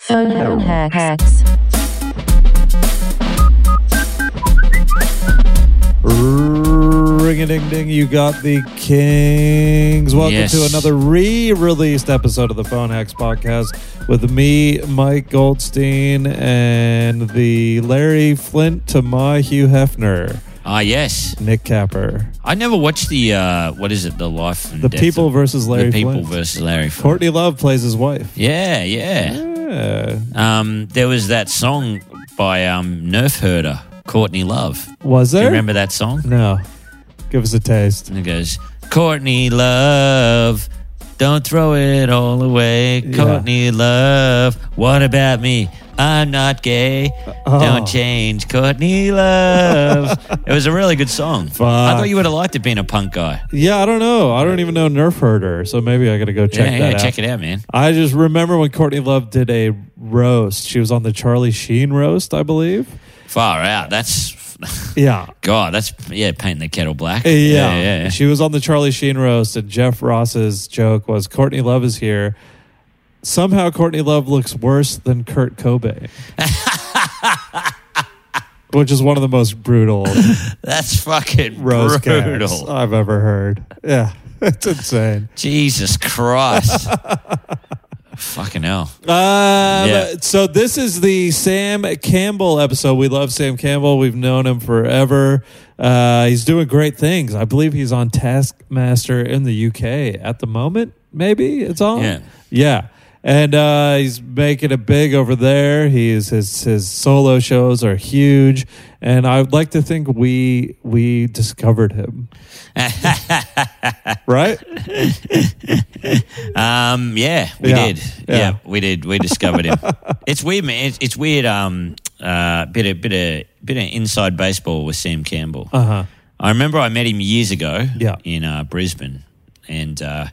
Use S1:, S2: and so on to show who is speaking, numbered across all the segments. S1: Phone hacks.
S2: Ring a ding ding, you got the Kings. Welcome
S3: Yes.
S2: to another re released episode of the Phone Hacks Podcast with me, Mike Goldstein, and the Larry Flint to my Hugh Hefner,
S3: Ah, yes.
S2: Nick Capper.
S3: I never watched the uh, what is it? The life. And
S2: The
S3: Death
S2: People
S3: of-
S2: versus Larry
S3: The people
S2: Flint.
S3: versus Larry Flint.
S2: Courtney Love plays his wife.
S3: Yeah, yeah.
S2: Yeah.
S3: Um, there was that song by um, Nerf Herder, Courtney Love.
S2: Was
S3: Do
S2: there?
S3: you remember that song?
S2: No. Give us a taste.
S3: And it goes, Courtney Love, don't throw it all away.
S2: Yeah.
S3: Courtney Love, what about me? I'm not gay.
S2: Oh.
S3: Don't change, Courtney Love. it was a really good song. I
S2: Fuck.
S3: thought you would have liked it being a punk guy.
S2: Yeah, I don't know. I don't even know Nerf Herder, so maybe I gotta go check
S3: yeah,
S2: that
S3: yeah,
S2: out.
S3: check it out, man.
S2: I just remember when Courtney Love did a roast. She was on the Charlie Sheen roast, I believe.
S3: Far out. That's
S2: Yeah.
S3: God. That's yeah, painting the kettle black.
S2: Yeah.
S3: yeah, yeah, yeah.
S2: She was on the Charlie Sheen roast, and Jeff Ross's joke was Courtney Love is here. Somehow Courtney Love looks worse than Kurt Cobain, which is one of the most brutal
S3: That's fucking
S2: roast
S3: brutal.
S2: gags I've ever heard. Yeah, it's insane.
S3: Jesus Christ. fucking hell.
S2: Um,
S3: Yeah.
S2: So this is the Sam Campbell episode. We love Sam Campbell. We've known him forever. Uh, he's doing great things. I believe he's on Taskmaster in the UK at the moment. Maybe it's on.
S3: Yeah.
S2: Yeah. And uh, he's making it big over there. He's his his solo shows are huge, and I would like to think we we discovered him, right?
S3: Um, yeah, we
S2: Yeah,
S3: did.
S2: yeah.
S3: Yeah. we did. We discovered him. it's weird, man. It's, it's weird. Um, uh, bit of bit of bit of inside baseball with Sam Campbell.
S2: Uh huh.
S3: I remember I met him years ago.
S2: Yeah.
S3: in uh, Brisbane, and uh,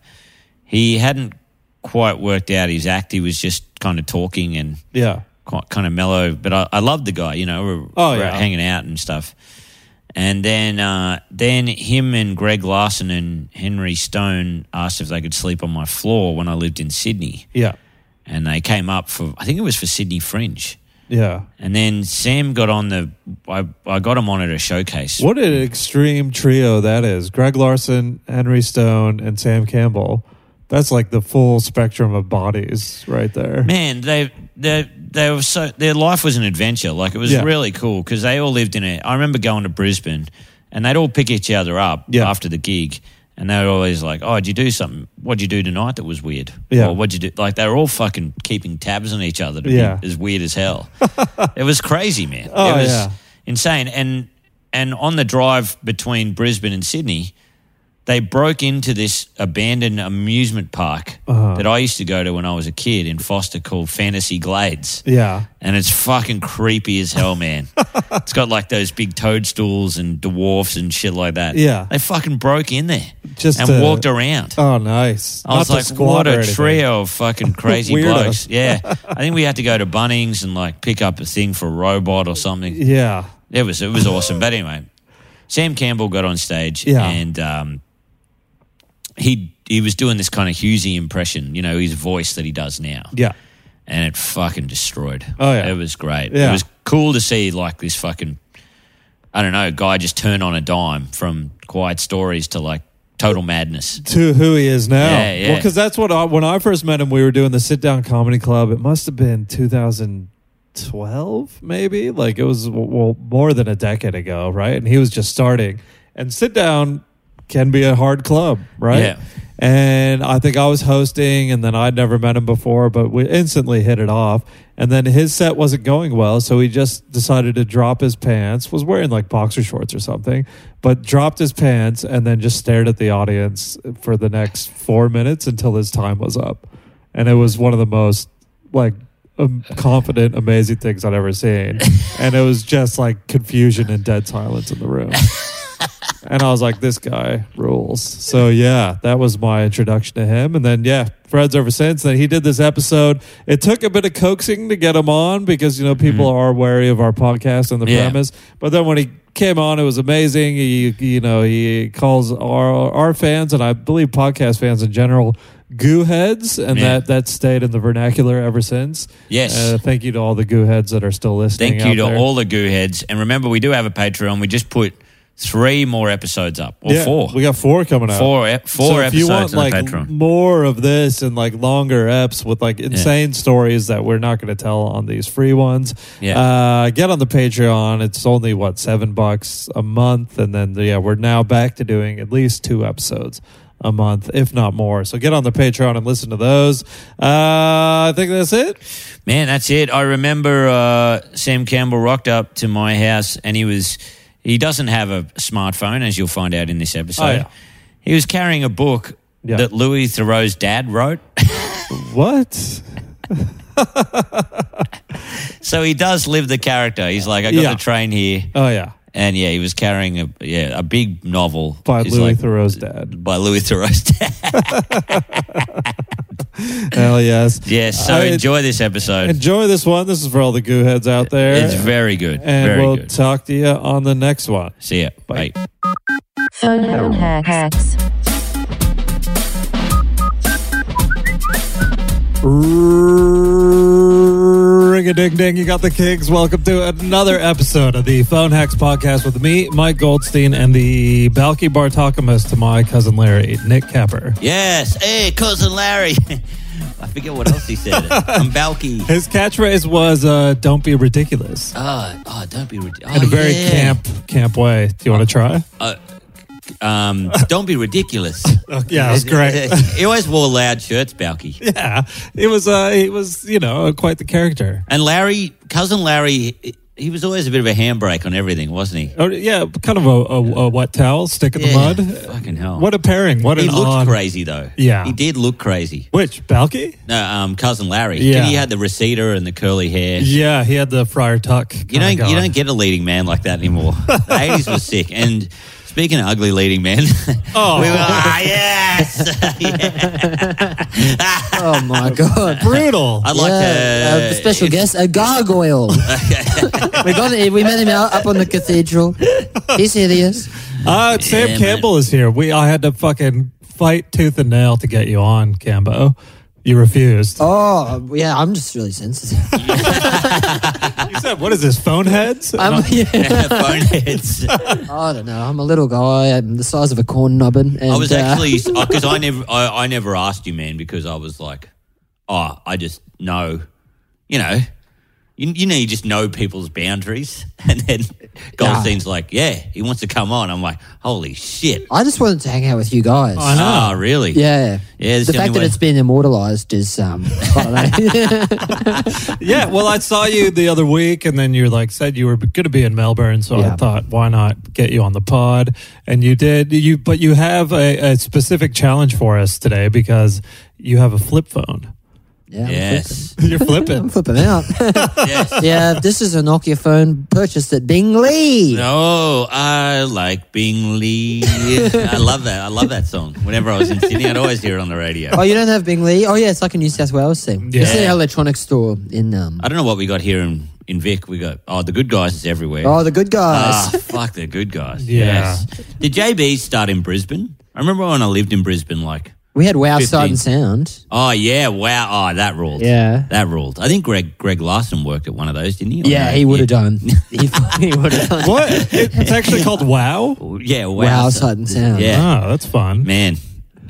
S3: he hadn't quite worked out his act. He was just kind of talking and
S2: Yeah.
S3: quite kind of mellow. But I, I loved the guy. You know, we were,
S2: Oh,
S3: we were
S2: yeah.
S3: hanging out and stuff. And then, uh, then him and Greg Larson and Henry Stone asked if they could sleep on my floor when I lived in Sydney,
S2: Yeah.
S3: and they came up for I think it was for Sydney Fringe.
S2: Yeah.
S3: And then Sam got on the I, I got him on at a showcase.
S2: What an extreme trio that is. Greg Larson, Henry Stone, and Sam Campbell. That's like the full spectrum of bodies right there.
S3: Man, they they they were so their life was an adventure. Like it was
S2: Yeah.
S3: really cool because they all lived in it. I remember going to Brisbane, and they'd all pick each other up
S2: Yeah.
S3: after the gig, and they were always like, "Oh, did you do something? What'd you do tonight that was weird?
S2: Yeah.
S3: Or what'd you do?" Like they were all fucking keeping tabs on each other to
S2: Yeah.
S3: be as weird as hell. it was crazy, man.
S2: Oh,
S3: it was
S2: yeah.
S3: insane. And and on the drive between Brisbane and Sydney, they broke into this abandoned amusement park
S2: Uh-huh.
S3: that I used to go to when I was a kid in Foster called Fantasy Glades.
S2: Yeah.
S3: And it's fucking creepy as hell, man. it's got like those big toadstools and dwarfs and shit like that.
S2: Yeah.
S3: They fucking broke in there
S2: Just
S3: and
S2: to-
S3: walked around.
S2: Oh, nice.
S3: I was
S2: Not to
S3: like,
S2: squat
S3: what
S2: or
S3: a
S2: anything.
S3: trio of fucking crazy
S2: Weirdos.
S3: blokes. Yeah. I think we had to go to Bunnings and like pick up a thing for a robot or something.
S2: Yeah.
S3: It was it was awesome. But anyway, Sam Campbell got on stage
S2: Yeah.
S3: and um, he he was doing this kind of Husey impression, you know, his voice that he does now.
S2: Yeah.
S3: And it fucking destroyed.
S2: Oh, yeah.
S3: It was great.
S2: Yeah.
S3: It was cool to see like this fucking I don't know, guy just turn on a dime from quiet stories to like total madness.
S2: To who he is now.
S3: Yeah, yeah.
S2: Well, because that's what I, when I first met him, we were doing the sit down comedy club. It must have been 2012, maybe. Like it was, well, more than a decade ago, right? And he was just starting. And sit down can be a hard club, right?
S3: Yeah.
S2: And I think I was hosting, and then I'd never met him before, but we instantly hit it off. And then his set wasn't going well, so he just decided to drop his pants. Was wearing like boxer shorts or something, but dropped his pants and then just stared at the audience for the next four minutes until his time was up. And it was one of the most like um, confident, amazing things I'd ever seen. And it was just like confusion and dead silence in the room. And I was like, this guy rules. So yeah, that was my introduction to him. And then yeah, Fred's ever since. Then he did this episode. It took a bit of coaxing to get him on because you know people are wary of our podcast and the
S3: Yeah.
S2: premise. But then when he came on, it was amazing. He you know he calls our our fans and I believe podcast fans in general goo heads, and
S3: Yeah.
S2: that that stayed in the vernacular ever since.
S3: Yes.
S2: Uh, thank you to all the goo heads that are still listening.
S3: Thank you
S2: out
S3: to
S2: there.
S3: all the goo heads. And remember, we do have a Patreon. We just put three more episodes up, or
S2: Yeah,
S3: four.
S2: We got four coming out.
S3: Four, e- four
S2: so if you
S3: episodes
S2: want
S3: on
S2: like
S3: Patreon.
S2: more of this and like longer eps with like insane stories that we're not going to tell on these free ones,
S3: Yeah.
S2: uh, get on the Patreon. It's only what seven bucks a month, and then yeah, we're now back to doing at least two episodes a month, if not more. So get on the Patreon and listen to those. Uh, I think that's it.
S3: Man, that's it. I remember uh, Sam Campbell rocked up to my house and he was, he doesn't have a smartphone, as you'll find out in this episode.
S2: Oh, yeah.
S3: He was carrying a book
S2: Yeah.
S3: that Louis Thoreau's dad wrote.
S2: What?
S3: so he does live the character. He's like, I got
S2: Yeah.
S3: the train here.
S2: Oh yeah,
S3: And yeah, he was carrying a yeah a big novel
S2: by
S3: He's
S2: Louis
S3: like-
S2: Thoreau's dad.
S3: by Louis Thoreau's dad.
S2: Hell yes.
S3: yeah, so
S2: I-
S3: enjoy this episode.
S2: Enjoy this one. This is for all the goo heads out there.
S3: It's very good.
S2: and
S3: very
S2: we'll
S3: good.
S2: talk to you on the next one.
S3: See ya.
S2: Bye.
S3: Bye.
S1: Phone hacks.
S2: Ring a ding ding, you got the kings. Welcome to another episode of the Phone Hacks Podcast with me, Mike Goldstein, and the Balky Bartokamus to my cousin Larry, Nick Capper.
S3: Yes. Hey, cousin Larry. I forget what else he said. I'm Balky.
S2: His catchphrase was uh, "Don't be ridiculous"
S3: Oh, oh, don't be ridiculous.
S2: in a very camp camp way. Do you want to try?
S3: Um, don't be ridiculous.
S2: Uh, yeah, that was great.
S3: he always wore loud shirts, Balky.
S2: yeah, it was. Uh, it was you know quite the character.
S3: And Larry, cousin Larry, he- he was always a bit of a handbrake on everything, wasn't he?
S2: Oh, yeah, kind of a, a, a wet towel, stick in the
S3: Yeah,
S2: mud.
S3: Fucking hell.
S2: What a pairing! What
S3: he
S2: an
S3: looked
S2: odd.
S3: crazy though.
S2: Yeah.
S3: he did look crazy.
S2: Which Balky?
S3: No, um, cousin Larry.
S2: Yeah.
S3: he had the receder and the curly hair.
S2: Yeah, Oh he had the friar tuck.
S3: You don't you don't get a leading man like that anymore. The eighties was sick. And speaking of ugly leading men,
S2: Oh.
S3: we were ah yes.
S4: Oh my god.
S2: brutal.
S3: I'd like
S4: Yeah,
S3: to
S4: a special guest, a gargoyle. we got it. We met him out up on the cathedral. He's hideous.
S2: Uh, Sam
S3: man.
S2: Campbell is here. We I had to fucking fight tooth and nail to get you on, Cambo. You refused.
S4: Oh yeah, I'm just really sensitive.
S2: You said, "What is this? Phone heads?"
S4: I'm, yeah.
S3: Boneheads.
S4: I don't know. I'm a little guy. I'm the size of a corn nubbin. And,
S3: I was
S4: uh,
S3: actually because I never I, I never asked you, man, because I was like, oh, I just know, you know, you, you know, you just know people's boundaries, and then Goldstein's like, yeah, he wants to come on. I'm like, holy shit,
S4: I just wanted to hang out with you guys.
S2: I know.
S3: ah, really?
S4: Yeah.
S3: Yeah, it's
S4: the
S3: the
S4: fact
S3: only
S4: that
S3: way.
S4: it's been immortalized is um. I don't know.
S2: yeah. Well, I saw you the other week, and then you like said you were going to be in Melbourne, so I
S4: Yeah.
S2: thought, why not get you on the pod? And you did. You but you have a, a specific challenge for us today because you have a flip phone.
S4: yeah.
S3: Yes.
S2: You're
S4: I'm
S2: flipping.
S4: flipping out.
S3: yes.
S4: yeah, this is a Nokia phone purchased at Bingley.
S3: No, I like Bingley. I love that. I love that song. Whenever I was in Sydney, I'd always hear it on the radio.
S4: Oh, you don't have Bingley? Oh, yeah, it's like a New South Wales thing. It's
S2: Yeah.
S4: an electronics store in. Um,
S3: I don't know what we got here in, in Vic. We got oh, the good guys is everywhere.
S4: oh, the good
S3: Ah,
S4: guys.
S3: fuck the good guys.
S2: Yeah.
S3: Yes. Did JB start in Brisbane? I remember when I lived in Brisbane. Like,
S4: we had Wow
S3: 15.
S4: Sight and Sound.
S3: oh yeah, wow, oh that ruled.
S4: Yeah.
S3: that ruled. I think Greg Greg Larson worked at one of those, didn't he? Or
S4: Yeah,
S3: no?
S4: he would have done. He, he would have done.
S2: what? It's actually called Wow.
S3: Yeah, wow,
S4: Wow
S3: so-
S4: Sight and Sound.
S3: Yeah,
S2: Oh, that's fun.
S3: man,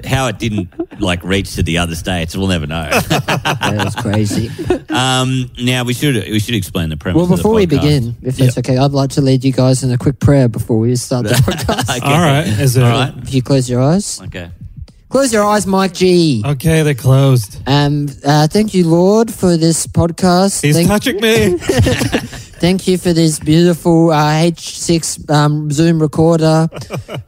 S3: how it didn't like reach to the other states, we'll never know.
S4: That was crazy.
S3: Um, now we should we should explain the premise.
S4: well,
S3: of the
S4: before we
S3: podcast.
S4: begin, if that's okay, I'd like to lead you guys in a quick prayer before we start the podcast.
S3: Okay.
S2: All right. Is it
S3: All right.
S4: If you close your eyes,
S3: Okay.
S4: close your eyes, Mike G.
S2: okay? They closed.
S4: Um, uh, thank you, Lord, for this podcast.
S2: He's
S4: thank,
S2: touching me.
S4: Thank you for this beautiful uh, H6 um, Zoom recorder.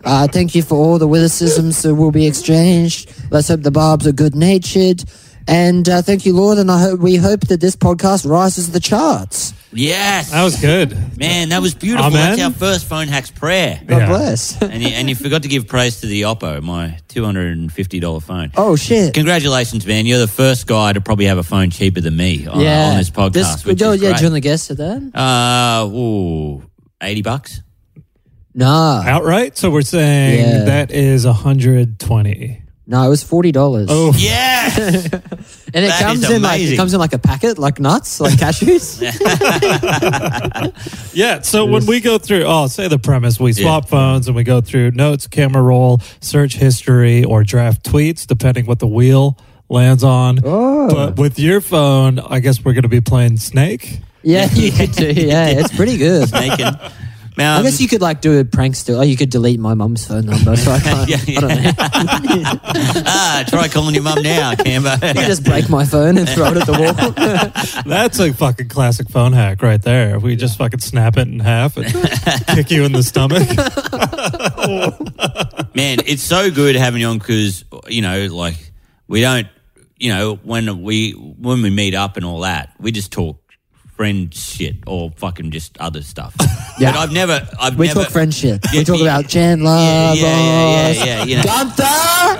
S4: uh, thank you for all the witticisms that will be exchanged. Let's hope the barbs are good natured. And uh, thank you, Lord. And I hope we hope that this podcast rises the charts.
S3: Yes.
S2: That was good.
S3: man. That was beautiful.
S2: Amen.
S3: That's our first phone hacks prayer.
S4: God
S2: Yeah.
S4: bless.
S3: and you, and you forgot to give praise to the Oppo, my two hundred and fifty dollar phone.
S4: oh shit!
S3: Congratulations, man! You're the first guy to probably have a phone cheaper than me on, uh, on this podcast. which
S4: oh,
S3: is
S4: yeah,
S3: great.
S4: do you want to guess at that?
S3: uh, ooh, eighty bucks.
S4: Nah.
S2: Outright. So we're saying
S4: Yeah.
S2: that is 120.
S4: No, it was forty dollars.
S2: Oh,
S3: Yeah.
S4: and it
S3: that
S4: comes
S3: is
S4: in like it
S3: amazing.
S4: comes in like a packet, like nuts, like cashews.
S2: yeah. So when we go through, oh, say the premise, we swap phones and we go through notes, camera roll, search history, or draft tweets, depending what the wheel lands on.
S4: Oh.
S2: But with your phone, I guess we're going to be playing Snake.
S4: yeah, you could do. Yeah, it's pretty good.
S3: Naked.
S4: I guess
S3: Um,
S4: you could like do a prank still. Oh, you could delete my mum's phone number, so I can't.
S3: Yeah, yeah.
S4: I don't know.
S3: ah, try calling your mum now, Camber.
S4: You just break my phone and throw it at the wall.
S2: That's a fucking classic phone hack right there. We just fucking snap it in half and kick you in the stomach.
S3: Man, it's so good having you on because you know, like we don't, you know, when we when we meet up and all that, we just talk friend shit or fucking just other stuff.
S4: Yeah.
S3: but I've never, I've
S4: we
S3: never,
S4: talk friendship.
S3: Yeah,
S4: we talk
S3: yeah.
S4: about Chandler, yeah,
S3: Yeah, yeah, yeah, yeah, yeah, you know.
S4: Gunther.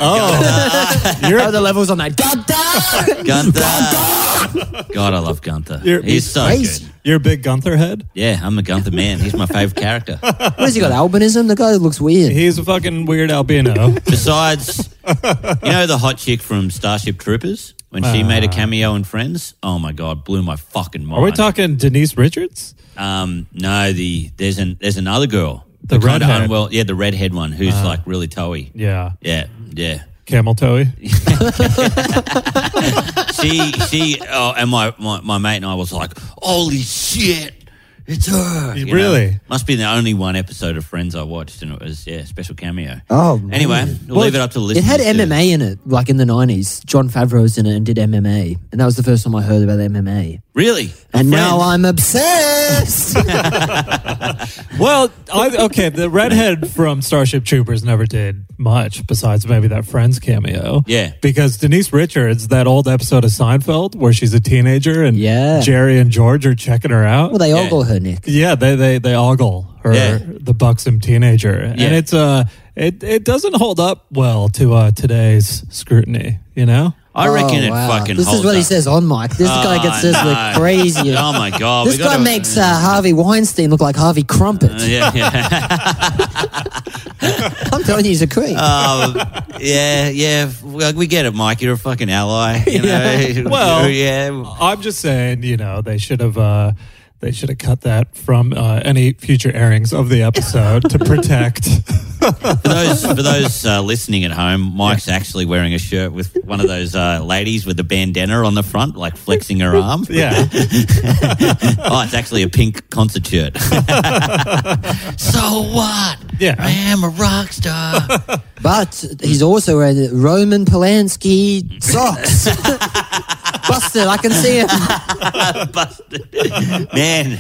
S2: Oh,
S4: You're the levels on that. Gunther.
S3: Gunther. God, I love Gunther.
S2: You're-
S3: He's so
S4: Crazy.
S3: good.
S2: you're a big Gunther head.
S3: Yeah, I'm a Gunther man. He's my favorite character.
S4: What has he got? Albinism. The guy looks weird.
S2: He's a fucking weird albino.
S3: Besides, you know the hot chick from Starship Troopers when she made a cameo in Friends. Oh my god, blew my fucking mind.
S2: Ah. Are we talking Denise Richards?
S3: Um, no, the there's an there's another girl,
S2: The
S3: kinda
S2: redhead. Ah.
S3: unwell, yeah, the redhead one who's like really toey.
S2: Yeah,
S3: Yeah, yeah.
S2: camel toey.
S3: She she oh, and my, my my mate and I was like, holy shit. It's her. you know?
S2: Really?
S3: must be the only one episode of Friends I watched, and it was yeah, special cameo.
S4: Oh, man.
S3: anyway, we'll, leave it up to the
S4: It
S3: listeners.
S4: had
S3: to-
S4: MMA in it, like in the nineties. John Favreau's in it and did MMA, and that was the first time I heard about MMA.
S3: Really?
S4: And now
S3: Friends.
S4: I'm obsessed.
S2: Well, I, okay, the redhead from Starship Troopers never did much besides maybe that Friends cameo.
S3: Yeah.
S2: because Denise Richards, that old episode of Seinfeld where she's a teenager and
S4: Yeah.
S2: Jerry and George are checking her out.
S4: well, they
S3: Yeah.
S4: ogle her, Nick.
S2: Yeah, they they they ogle her
S3: Yeah.
S2: the buxom teenager, and
S3: Yeah.
S2: it's uh it it doesn't hold up well to uh today's scrutiny, you know.
S3: I reckon
S4: Oh,
S3: it fucking
S4: This is
S3: holds
S4: what he
S3: up. Uh, Oh,
S4: says on mic. This guy gets this
S3: no.
S4: look crazy.
S3: Oh my god!
S4: This
S3: we gotta- Uh,
S4: guy makes uh, Harvey Weinstein look like Harvey Crumpet.
S3: yeah, yeah,
S4: I'm telling you, he's a creep.
S3: um, yeah, yeah. Like, we get it, Mike. You're a fucking ally. You know?
S4: Yeah.
S2: Well-
S3: yeah.
S2: I'm just saying, you know, they should have uh they should have cut that from uh, any future airings of the episode to protect.
S3: For those for those uh, listening at home, Mike's actually wearing a shirt with one of those uh, ladies with a bandana on the front, like flexing her arm.
S2: yeah,
S3: oh, it's actually a pink concert shirt. so what?
S2: Yeah.
S3: I am a rock star.
S4: But he's also wearing the Roman Polanski socks. Busted, I can see him.
S3: busted. man,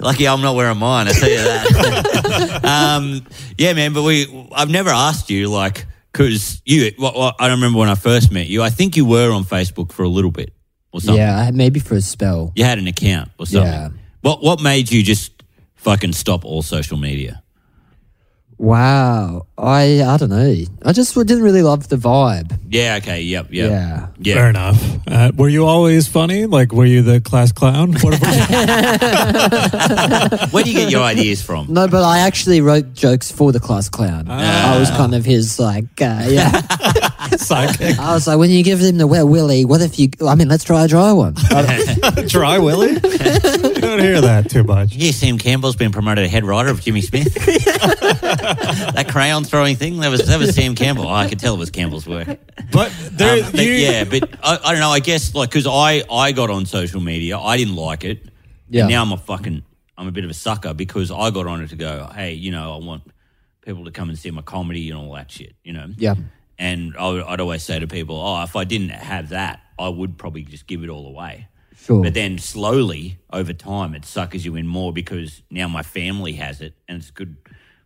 S3: lucky I'm not wearing mine. I tell you that. um, yeah, man. But we, I've never asked you like because you. Well, well, I don't remember when I first met you. I think you were on Facebook for a little bit or something.
S4: Yeah, I- maybe for a spell.
S3: You had an account or something.
S4: Yeah.
S3: What What made you just fucking stop all social media?
S4: Wow. I I don't know. I just didn't really love the vibe.
S3: Yeah. Okay. Yep. Yep.
S4: Yeah.
S3: Yeah.
S2: fair enough. Uh, were you always funny? Like, were you the class clown? What about-
S3: Where do you get your ideas from?
S4: No, but I actually wrote jokes for the class clown.
S3: Ah.
S4: I was kind of his like, uh, yeah.
S2: sidekick,
S4: I was like, when you give them the wet willy, what if you? I mean, let's try a dry one.
S2: dry Willie. you don't hear that too much.
S3: Yeah, Sam Campbell's been promoted a head writer of Jimmy Smith. that crayon throwing thing, that was that was Sam Campbell. Oh, I could tell it was Campbell's work.
S2: But
S3: Um,
S2: there,
S3: but
S2: you,
S3: yeah, but I, I don't know. I guess like because I I got on social media, I didn't like it.
S4: Yeah.
S3: And now I'm a fucking I'm a bit of a sucker because I got on it to go, hey, you know, I want people to come and see my comedy and all that shit, you know.
S4: Yeah.
S3: And I would, I'd always say to people, oh, if I didn't have that, I would probably just give it all away.
S4: Sure.
S3: But then slowly over time, it suckers you in more because now my family has it, and it's good.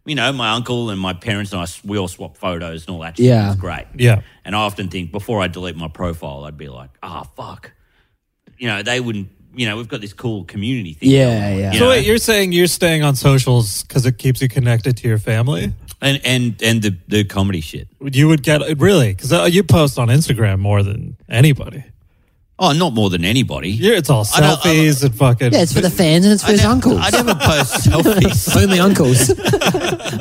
S3: You know, my uncle and my parents and I s- we all swap photos and all that. Shit.
S4: Yeah.
S3: it's great.
S2: Yeah.
S3: and I often think before I delete my profile, I'd be like, ah, fuck. You know, they wouldn't. You know, we've got this cool community thing.
S4: Yeah,
S3: going on,
S4: yeah.
S3: you
S2: So
S3: know?
S2: wait, you're saying you're staying on socials because it keeps you connected to your family?
S3: and and and the the comedy shit.
S2: uh, You would get really because you post on Instagram more than anybody.
S3: Oh, not more than anybody.
S2: Yeah, it's all
S3: I don't- I don't-
S2: selfies and fucking.
S4: Yeah, it's for the fans and it's for
S3: I
S4: his
S3: never-
S4: uncles.
S3: I never post selfies.
S4: Only uncles.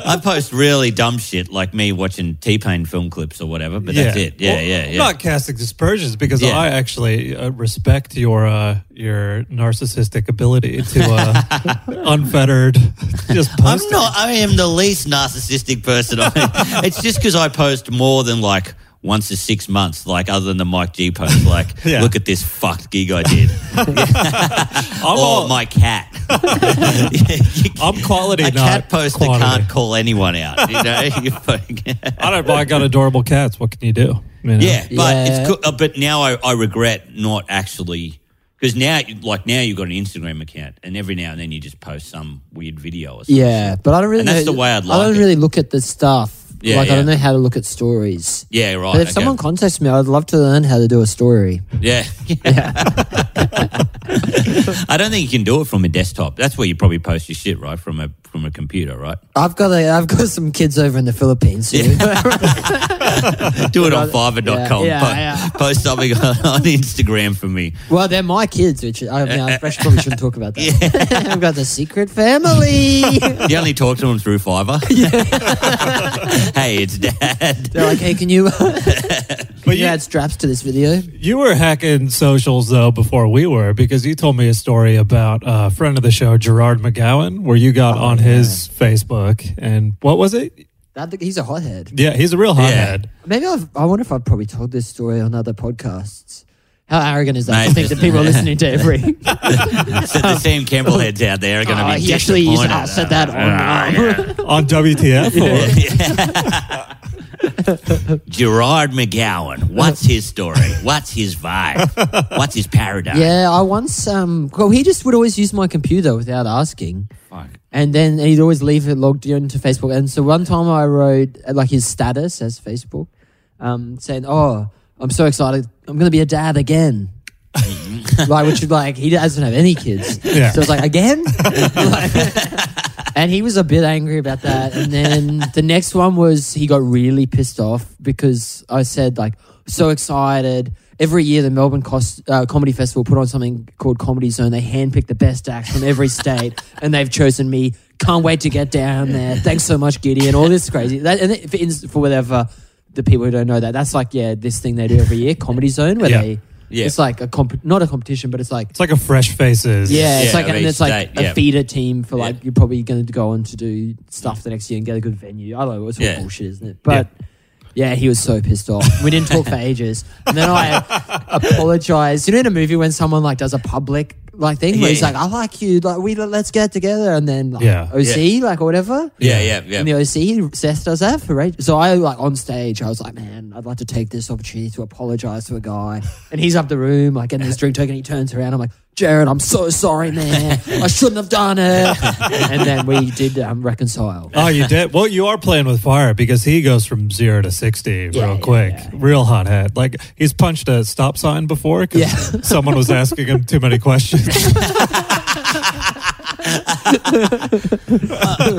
S3: I post really dumb shit like me watching T Pain film clips or whatever, but that's it. Yeah,
S2: Well,
S3: yeah,
S2: I'm
S3: yeah.
S2: not casting dispersions because
S3: Yeah.
S2: I actually uh, respect your uh, your narcissistic ability to uh, unfettered just
S3: I'm
S2: post.
S3: not. I am the least narcissistic person. I, it's just because I post more than like once a six months, like other than the Mike G post, like
S2: Yeah.
S3: look at this fucked gig I did,
S2: I'm,
S3: or
S2: all-
S3: my cat.
S2: I'm quality.
S3: a
S2: not
S3: cat poster
S2: quantity.
S3: can't call anyone out. You know, You fucking-
S2: I don't. I got adorable cats. What can you do? You know?
S3: yeah, but
S4: Yeah.
S3: it's cool. Uh, but now I, I regret not actually because now like now you've got an Instagram account, and every now and then you just post some weird video or something.
S4: yeah, but I don't really.
S3: And that's
S4: know,
S3: the way I'd
S4: I
S3: like
S4: don't
S3: it.
S4: really look at the stuff.
S3: Yeah,
S4: like
S3: yeah.
S4: I don't know how to look at stories.
S3: yeah, right.
S4: But if
S3: okay.
S4: someone contacts me, I'd love to learn how to do a story.
S3: Yeah. I don't think you can do it from a desktop. That's where you probably post your shit, right? From a from a computer, right?
S4: I've got a, I've got some kids over in the Philippines. who-
S3: Do it on fiverr.com.
S4: Yeah,
S3: po-
S4: yeah.
S3: Post something on, on Instagram for me.
S4: well, they're my kids, which I, mean, I fresh- probably shouldn't talk about that. I've got the secret family.
S3: You only talk to them through Fiverr. hey, it's dad.
S4: they're like, hey, can you, can
S2: But
S4: you
S2: you-
S4: add straps to this video?
S2: You were hacking socials though before we were because you told me a story about a friend of the show Gerard McGowan where you
S4: Oh,
S2: got on his Facebook and what was it?
S4: I think he's a hothead.
S2: Yeah, he's a real hothead.
S4: Maybe I've, I wonder if I've probably told this story on other podcasts. How arrogant is that?
S3: Mate,
S4: to think
S3: just-
S4: that people are listening to every.
S3: So the Sam Campbell heads out there are going to
S4: Oh,
S3: be
S4: he actually used
S3: disappointed.
S4: oh, said that on.
S2: On WTF? or-
S3: Gerard McGowan. What's his story? What's his vibe? What's his paradigm?
S4: Yeah, I once. Um, well, he just would always use my computer without asking.
S3: Fuck.
S4: And then he'd always leave it logged into Facebook. And so one time I wrote uh, like his status as Facebook, um, saying, "Oh, I'm so excited! I'm going to be a dad again." like, which is like he doesn't have any kids,
S2: Yeah.
S4: so it's like again. and he was a bit angry about that. And then the next one was he got really pissed off because I said like so excited. Every year, the Melbourne Cos uh, Comedy Festival put on something called Comedy Zone. They handpick the best acts from every state, and they've chosen me. Can't wait to get down there. Thanks so much, Giddy, and all this crazy. That, and it, for, ins- for whatever the people who don't know that, that's like yeah, this thing they do every year, Comedy Zone, where
S2: Yeah.
S4: they
S3: Yeah.
S4: it's like a comp- not a competition, but it's like
S2: It's like a fresh faces.
S4: yeah, it's
S3: Yeah,
S4: like
S3: of
S4: and
S3: each
S4: it's like
S3: state,
S4: a
S3: yeah.
S4: feeder team for
S3: Yeah.
S4: like you're probably going to go on to do stuff the next year and get a good venue. I don't know it's all
S3: Yeah.
S4: bullshit, isn't it? But yeah. he was so pissed off. We didn't talk for ages, and then I apologized. You know, in a movie when someone like does a public like thing where he's
S3: Yeah.
S4: like, "I like you, like we let's get together," and then like,
S2: Yeah.
S4: OC like or whatever.
S3: Yeah, yeah, yeah.
S4: And the OC Seth does that for right. So I like on stage, I was like, man, I'd like to take this opportunity to apologize to a guy. And he's up the room, like getting his drink token. He turns around, I'm like, Jared, I'm so sorry, man. I shouldn't have done it. and then we did um, reconcile.
S2: Oh, you did? Well, you are playing with fire because he goes from zero to 60
S4: Yeah,
S2: real
S4: yeah,
S2: quick.
S4: yeah.
S2: Real hothead. Like, he's punched a stop sign before because
S4: Yeah.
S2: someone was asking him too many questions.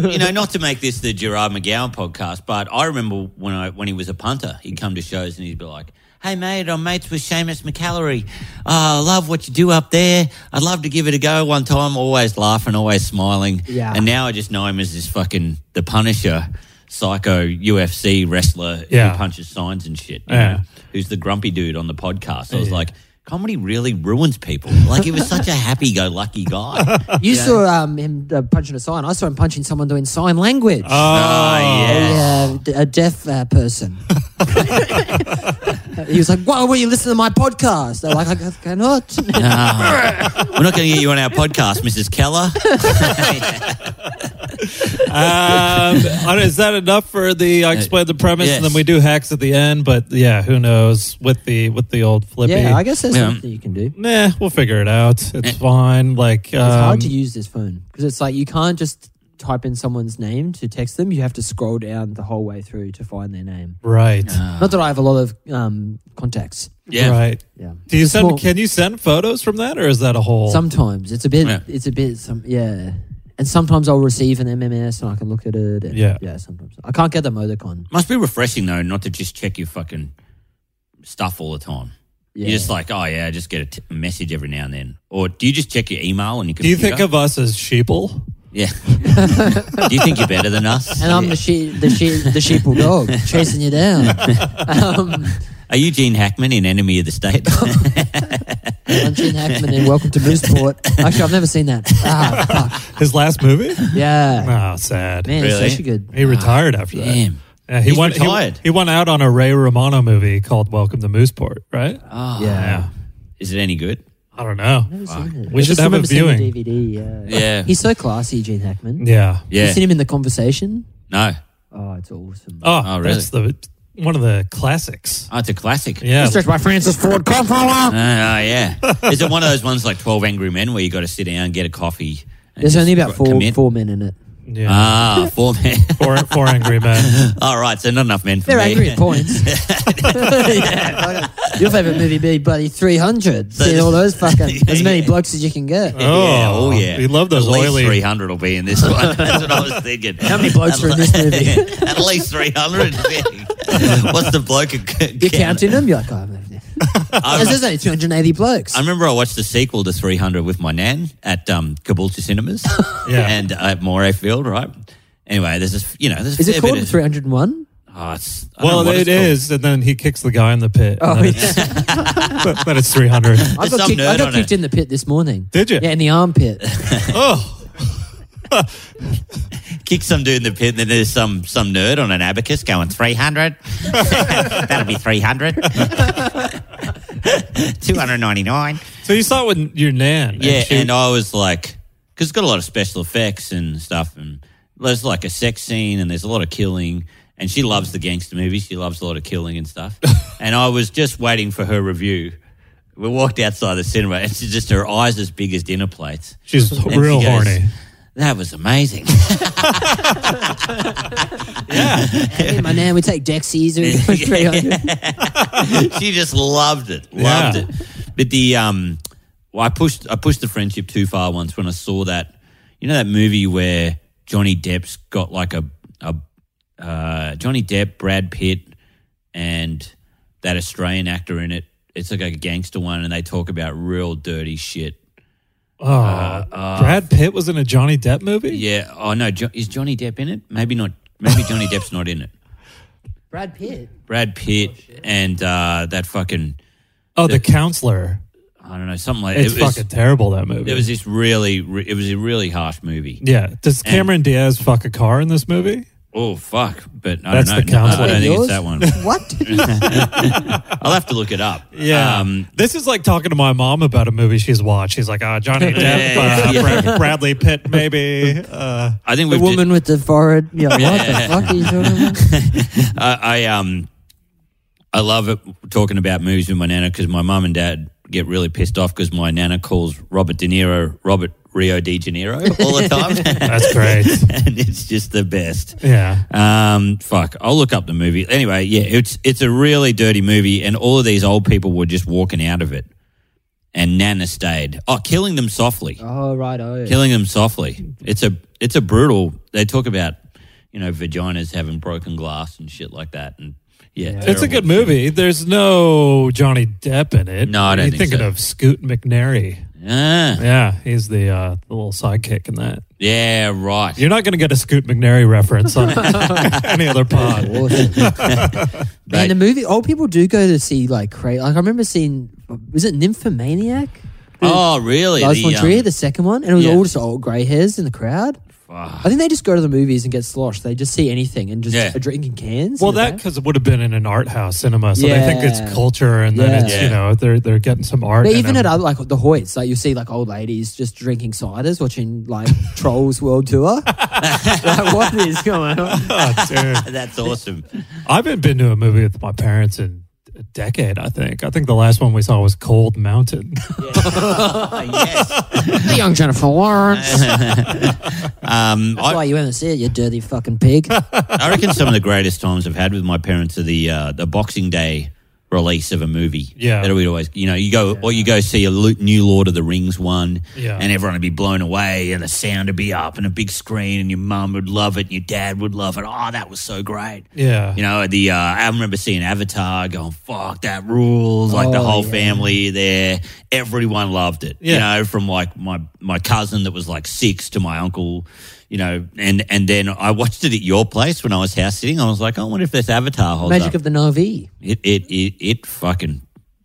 S3: you know, not to make this the Gerard McGowan podcast, but I remember when I when he was a punter, he'd come to shows and he'd be like, "Hey mate, I'm mates with Seamus McCallery. Uh, I love what you do up there. I'd love to give it a go one time. Always laughing, always smiling.
S4: Yeah.
S3: And now I just know him as this fucking the Punisher, psycho UFC wrestler
S2: Yeah.
S3: who punches signs and shit. you
S2: Yeah.
S3: know, who's the grumpy dude on the podcast? I was like. Comedy really ruins people. Like he was such a happy-go-lucky guy.
S4: You saw um, him uh, punching a sign. I saw him punching someone doing sign language.
S3: Oh, yes.
S4: Yeah, d- a deaf uh, person. he was like, "Why will you listen to my podcast?" They're like, "I cannot."
S3: Ah. we're not going to get you on our podcast, Mrs. Keller.
S2: um, I don't- is that enough for the? I explained the premise,
S3: Uh, Yes.
S2: and then we do hacks at the end. But yeah, who knows with the with the old flippy?
S4: yeah, I guess there's
S3: Yeah.
S4: something you can do.
S2: Nah, we'll figure it out.
S3: Eh.
S2: It's fine. Like,
S4: It's
S2: um,
S4: hard to use this phone because it's like you can't just type in someone's name to text them. You have to scroll down the whole way through to find their name.
S2: right,
S4: Not that I have a lot of um, contacts.
S3: Uh, Yeah.
S2: right.
S4: Yeah.
S2: Do you
S4: It's
S2: send?
S4: small.
S2: Can you send photos from that, or is that a whole?
S4: Sometimes it's a bit.
S3: Yeah.
S4: It's a bit. Some yeah. And sometimes I'll receive an MMS and I can look at it. And
S2: Yeah.
S4: Yeah. Sometimes I can't get the emoticon.
S3: Must be refreshing, though, not to just check your fucking stuff all the time.
S4: Yeah.
S3: You're just like, oh yeah, I just get a t- message every now and then. Or do you just check your email and your
S2: Do you
S3: computer?
S2: think of us as sheeple?
S3: Yeah. do you think you're better than us?
S4: And I'm the sheep, the sheep, the sheeple dog chasing you down. Um,
S3: Are you Gene Hackman in Enemy of the State?
S4: Oh, I'm Gene Hackman and welcome to Mooseport. Actually, I've never seen that. Ah, fuck.
S2: His last movie?
S4: Yeah.
S2: Oh, sad.
S4: Man,
S3: Really?
S4: it's such a good.
S2: He retired after that.
S3: Damn.
S2: Yeah, he
S3: He's
S2: won,
S3: retired.
S2: He, he won out on a Ray Romano movie called Welcome to Mooseport, right?
S3: Oh,
S4: Yeah.
S3: Is it any good?
S2: I don't know. We
S4: I
S2: should
S4: just
S2: have a
S4: remember seeing the
S2: viewing.
S4: DVD, yeah.
S3: Yeah.
S4: uh, He's so classy, Gene Hackman.
S2: Yeah.
S3: Yeah.
S4: You seen him in the conversation?
S3: No.
S4: Oh, it's awesome.
S2: Oh,
S3: Oh, really?
S2: that's the one of the classics.
S3: Oh, it's a classic.
S2: Yeah.
S4: Stretched by Francis Ford Coppola.
S3: Oh, yeah. Is it one of those ones like 12 Angry Men where you got to sit down, get a coffee? and
S4: There's
S3: just
S4: only about four
S3: co- commit?
S4: four men in it.
S2: yeah.
S3: Ah, four men.
S2: four, four angry men.
S3: All right, so not enough men for
S4: They're
S3: me.
S4: angry at points. Yeah, fucking- Your favorite movie be bloody 300. See all those fucking as many blokes as you can get.
S2: Oh,
S3: yeah, oh yeah.
S2: We love those
S3: At least
S2: oily-
S3: 300 will be in this one. That's what I was thinking. How
S4: many blokes are in this movie?
S3: At least 300. What's the bloke?
S4: You're counting them. You're like, oh, man. there's only 280 blokes.
S3: I remember I watched the sequel to 300 with my nan at um, Caboolture Cinemas
S2: Yeah.
S3: and at Moray Field, right? Anyway, there's this, you know, there's a
S4: Is
S3: fair
S4: it
S3: bit
S4: called
S3: of-
S4: 301?
S3: Oh, it's, I don't know
S2: Well,
S3: what
S2: it
S3: it's called.
S2: is, and then he kicks the guy in the pit.
S4: Oh,
S2: and then it's, but, but it's three hundred.
S4: I got,
S3: There's some
S4: kicked,
S3: nerd
S4: I
S3: on
S4: got kicked
S3: it.
S4: in the pit this morning.
S2: Did you?
S4: Yeah, in the armpit.
S2: oh,
S3: Kick some dude in the pit, and then there's some some nerd on an abacus going 300. That'll be 300. 299.
S2: so you saw it with your nan? and
S3: Yeah,
S2: she-
S3: and I was like, because it's got a lot of special effects and stuff, and there's like a sex scene, and there's a lot of killing. And she loves the gangster movies. She loves a lot of killing and stuff. and I was just waiting for her review. We walked outside the cinema, and she's just her eyes as big as dinner plates.
S2: she's
S3: And she
S2: real
S3: goes,
S2: horny.
S3: That was amazing.
S4: Hey, my man, we take Dexies or 300.
S3: she just loved it, loved
S2: Yeah.
S3: it. But the um, well, I pushed I pushed the friendship too far once when I saw that you know that movie where Johnny Depp's got like a a uh, Johnny Depp, Brad Pitt, and that Australian actor in it. It's like a gangster one, and they talk about real dirty shit.
S2: Oh, Brad Pitt was in a Johnny Depp movie.
S3: Uh, Yeah. Oh no, jo- is Johnny Depp in it? Maybe not. Maybe Johnny Depp's not in it.
S4: Brad Pitt.
S3: Brad Pitt and uh, that fucking
S2: Oh, the counselor.
S3: I don't know something like
S2: It's
S3: it was-
S2: fucking terrible. That movie.
S3: It was this really, re- it was a really harsh movie.
S2: yeah. Does Cameron Diaz fuck a car in this movie?
S3: Oh fuck! But I
S2: That's
S3: don't know.
S2: the
S3: No,
S2: counselor.
S3: I don't think
S4: Yours?
S3: it's that one.
S4: What?
S3: I'll have to look it up.
S2: Yeah.
S3: Um,
S2: this is like talking to my mom about a movie she's watched. She's like, ah, Johnny Depp,
S3: Yeah,
S2: uh,
S3: yeah.
S2: Brad- Bradley Pitt, maybe. Uh,
S3: I think
S4: the
S3: we've
S4: woman with the forehead. Yeah, what
S3: Yeah.
S4: the fuck are you talking about?
S3: Did, I, I um, I love it talking about movies with my nana because my mum and dad get really pissed off because my nana calls Robert De Niro Robert Rio de Janeiro all the time.
S2: that's great.
S3: and it's just the best.
S2: Yeah.
S3: Um, fuck, I'll look up the movie. Anyway, yeah, it's it's a really dirty movie, and all of these old people were just walking out of it, and Nana stayed. Oh, killing them softly,
S4: Oh, right. Oh,
S3: killing them softly. It's a it's a brutal. They talk about you know vaginas having broken glass and shit like that, and yeah,
S2: It's a
S3: terrible.
S2: good movie. There's no Johnny Depp in it.
S3: No, I don't
S2: You're
S3: think
S2: thinking
S3: so.
S2: of Scoot McNairy.
S3: Ah,
S2: Yeah, he's the, uh, the little sidekick in that.
S3: yeah, right.
S2: You're not going to get a Scoot McNairy reference on any other pod.
S4: Awesome. Man,
S3: Right.
S4: Oh, the movie. Old people do go to see like crazy. Like I remember seeing. Was it Nymphomaniac?
S3: oh, really?
S4: Lars
S3: The,
S4: von
S3: um,
S4: Trier, the second one, and it was
S3: yeah.
S4: all just old grey hairs in the crowd.
S3: fuck.
S4: I think they just go to the movies and get sloshed. They just see anything and just
S3: Yeah.
S4: are drinking cans.
S2: Well,
S4: in the
S2: that
S4: back.
S2: because it would have been in an art house cinema, so they think
S4: Yeah.
S2: it's culture, and then
S4: Yeah.
S2: it's you
S3: Yeah.
S2: know they're they're getting some art.
S4: But
S2: in
S4: even at
S2: them.
S4: other, like the Hoyts, like you see like old ladies just drinking ciders, watching like Trolls World Tour. like what is going on?
S2: Oh, dude.
S3: That's awesome.
S2: I haven't been to a movie with my parents in a decade. I think. I think the last one we saw was Cold Mountain.
S3: Ah, yes.
S4: The young Jennifer Lawrence.
S3: Um, I,
S4: That's why you haven't seen it, you dirty fucking pig.
S3: I reckon some of the greatest times I've had with my parents are the uh, the Boxing Day release of a movie.
S2: Yeah.
S3: that we always, you know, you go or you go see a lo- new Lord of the Rings one,
S2: Yeah.
S3: and everyone would be blown away, and the sound would be up, and a big screen, and your mum would love it, and your dad would love it. Oh, that was so great.
S2: Yeah.
S3: You know, the uh, I remember seeing Avatar going, fuck, that rules. Like the
S4: Oh,
S3: whole
S4: yeah.
S3: family there. Everyone loved it. You
S2: Yeah.
S3: know, from like my, my cousin that was like six to my uncle, you know, and, and then I watched it at your place when I was house sitting. I was like, I wonder if this Avatar holds
S4: Magic
S3: up.
S4: of the Na'vi.
S3: it, it, it, it fucking,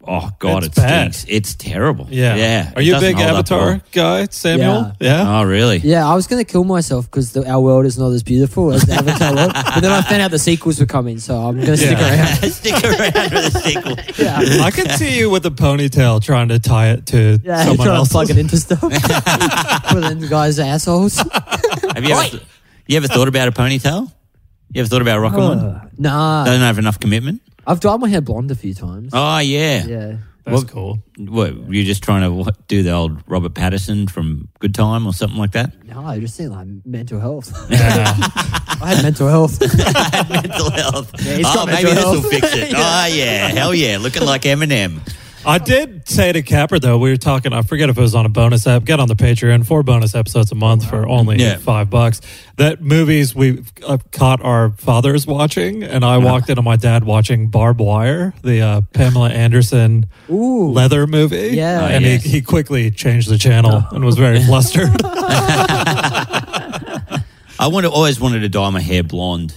S3: oh God,
S2: It's
S3: it
S2: bad.
S3: stinks. It's terrible.
S2: yeah.
S3: Yeah.
S2: Are
S3: It
S2: you a
S3: doesn't
S2: big
S3: hold up
S2: Avatar guy, Samuel? Yeah.
S3: well. Oh, really?
S4: Yeah, I was going to kill myself because our world is not as beautiful as the Avatar world. But then I found out the sequels were coming, so I'm going to stick
S2: Yeah.
S4: around.
S3: Stick around for the sequel.
S4: Yeah.
S3: Uh,
S2: I could see you with a ponytail trying to tie it to
S4: Yeah,
S2: someone
S4: trying to
S2: else.
S4: plug it into stuff. but then the guys are assholes.
S3: Have you ever, you ever thought about a ponytail? You ever thought about rocking
S2: Uh,
S3: one?
S4: nah,
S3: Don't have enough commitment.
S4: I've dyed my hair blonde a few times.
S3: Oh yeah.
S4: Yeah.
S2: That's
S3: What-
S2: cool.
S3: What you're just trying to what, do the old Robert Patterson from Good Time or something like that?
S4: No, I just think like mental health.
S2: Yeah.
S4: I had mental health.
S3: mental health.
S4: he's
S3: oh,
S4: got
S3: maybe
S4: mental
S3: this
S4: health.
S3: will fix it. Oh yeah, hell yeah, looking like Eminem.
S2: I did say to Capper though, we were talking. I forget if it was on a bonus app. Get on the Patreon, four bonus episodes a month for only
S3: Yeah.
S2: five bucks. That movies we uh, caught our fathers watching, and I walked in on my dad watching Barbed Wire, the uh, Pamela Anderson
S4: Ooh.
S2: leather movie.
S4: Yeah. Oh,
S2: and
S3: yes.
S2: he, he quickly changed the channel and was very flustered.
S3: I wanted, always wanted to dye my hair blonde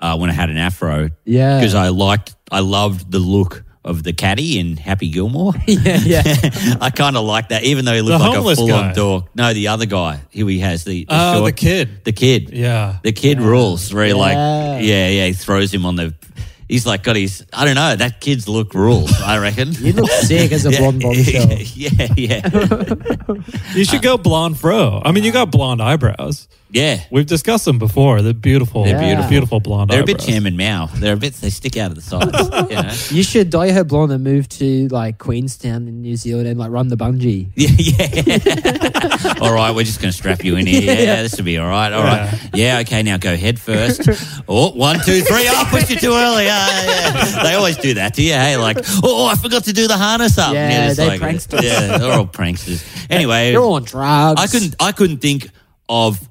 S3: uh, when I had an afro.
S4: Yeah.
S3: because I liked, I loved the look of the caddy in Happy Gilmore.
S4: yeah, yeah.
S3: I kind of like that, even though he looked
S2: The
S3: like a
S2: homeless
S3: full-on
S2: guy.
S3: dork. No, the other guy who he has the the,
S2: Oh,
S3: short-
S2: the kid.
S3: the kid.
S2: yeah,
S3: The kid rules. Where he like,
S4: Yeah.
S3: yeah, yeah, he throws him on the. He's like got his. I don't know. That kid's look rules. I reckon.
S4: You look sick as a
S3: yeah,
S4: blonde bombshell.
S3: yeah, yeah,
S2: you should go blonde fro. I mean, you got blonde eyebrows.
S3: yeah.
S2: We've discussed them before. The beautiful,
S3: They're
S4: beautiful.
S2: beautiful blonde.
S3: They're a bit
S2: eyebrows.
S3: Chairman Mao. They're a bit. They stick out of the sides. you know?
S4: You should dye your hair blonde and move to like Queenstown in New Zealand and like run the bungee.
S3: Yeah, yeah. all right, we're just going to strap you in here. Yeah, this will be all right. All right. yeah. okay, now go head first. Oh, one, two, three. Oh, I pushed you too early. Ah, yeah. They always do that to you, hey? Like, oh, I forgot to do the harness up.
S4: Yeah,
S3: it's
S4: they're pranksters.
S3: Yeah, they're all pranksters. Anyway,
S4: You're all on drugs.
S3: I couldn't, I couldn't think of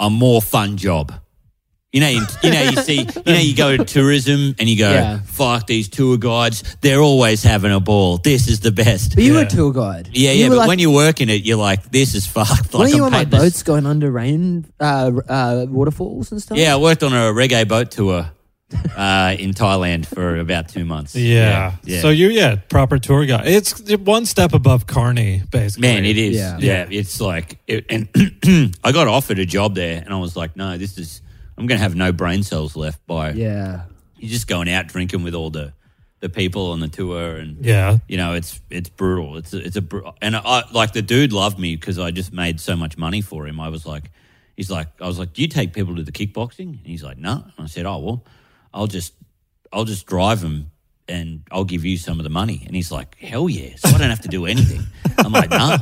S3: a more fun job. You know, you, you know, you see, you know, you go to tourism and you go,
S4: Yeah.
S3: fuck these tour guides. They're always having a ball. This is the best.
S4: But you were
S2: Yeah.
S4: a tour guide.
S3: Yeah, yeah,
S4: were
S3: but
S4: like-
S3: when you work in it, you're like, this is fucked. Like,
S4: weren't you
S3: I'm
S4: on like
S3: paid this-
S4: boats going under rain, uh, uh, waterfalls and stuff?
S3: Yeah, I worked on a reggae boat tour uh, in Thailand for about two months.
S2: Yeah.
S3: yeah.
S2: So you yeah, proper tour guide. It's one step above Carney, basically.
S3: man, it is. Yeah,
S4: Yeah.
S3: it's like, it, and I got offered a job there, and I was like, no, this is, I'm going to have no brain cells left by.
S4: Yeah.
S3: You're just going out drinking with all the the people on the tour, and
S2: Yeah.
S3: you know, it's it's brutal. It's a, it's a br- and I like the dude loved me because I just made so much money for him. I was like, he's like, I was like, do you take people to the kickboxing? And he's like, no. And I said, oh well, I'll just I'll just drive them and I'll give you some of the money. And he's like, hell yeah. So I don't have to do anything. I'm like, nah.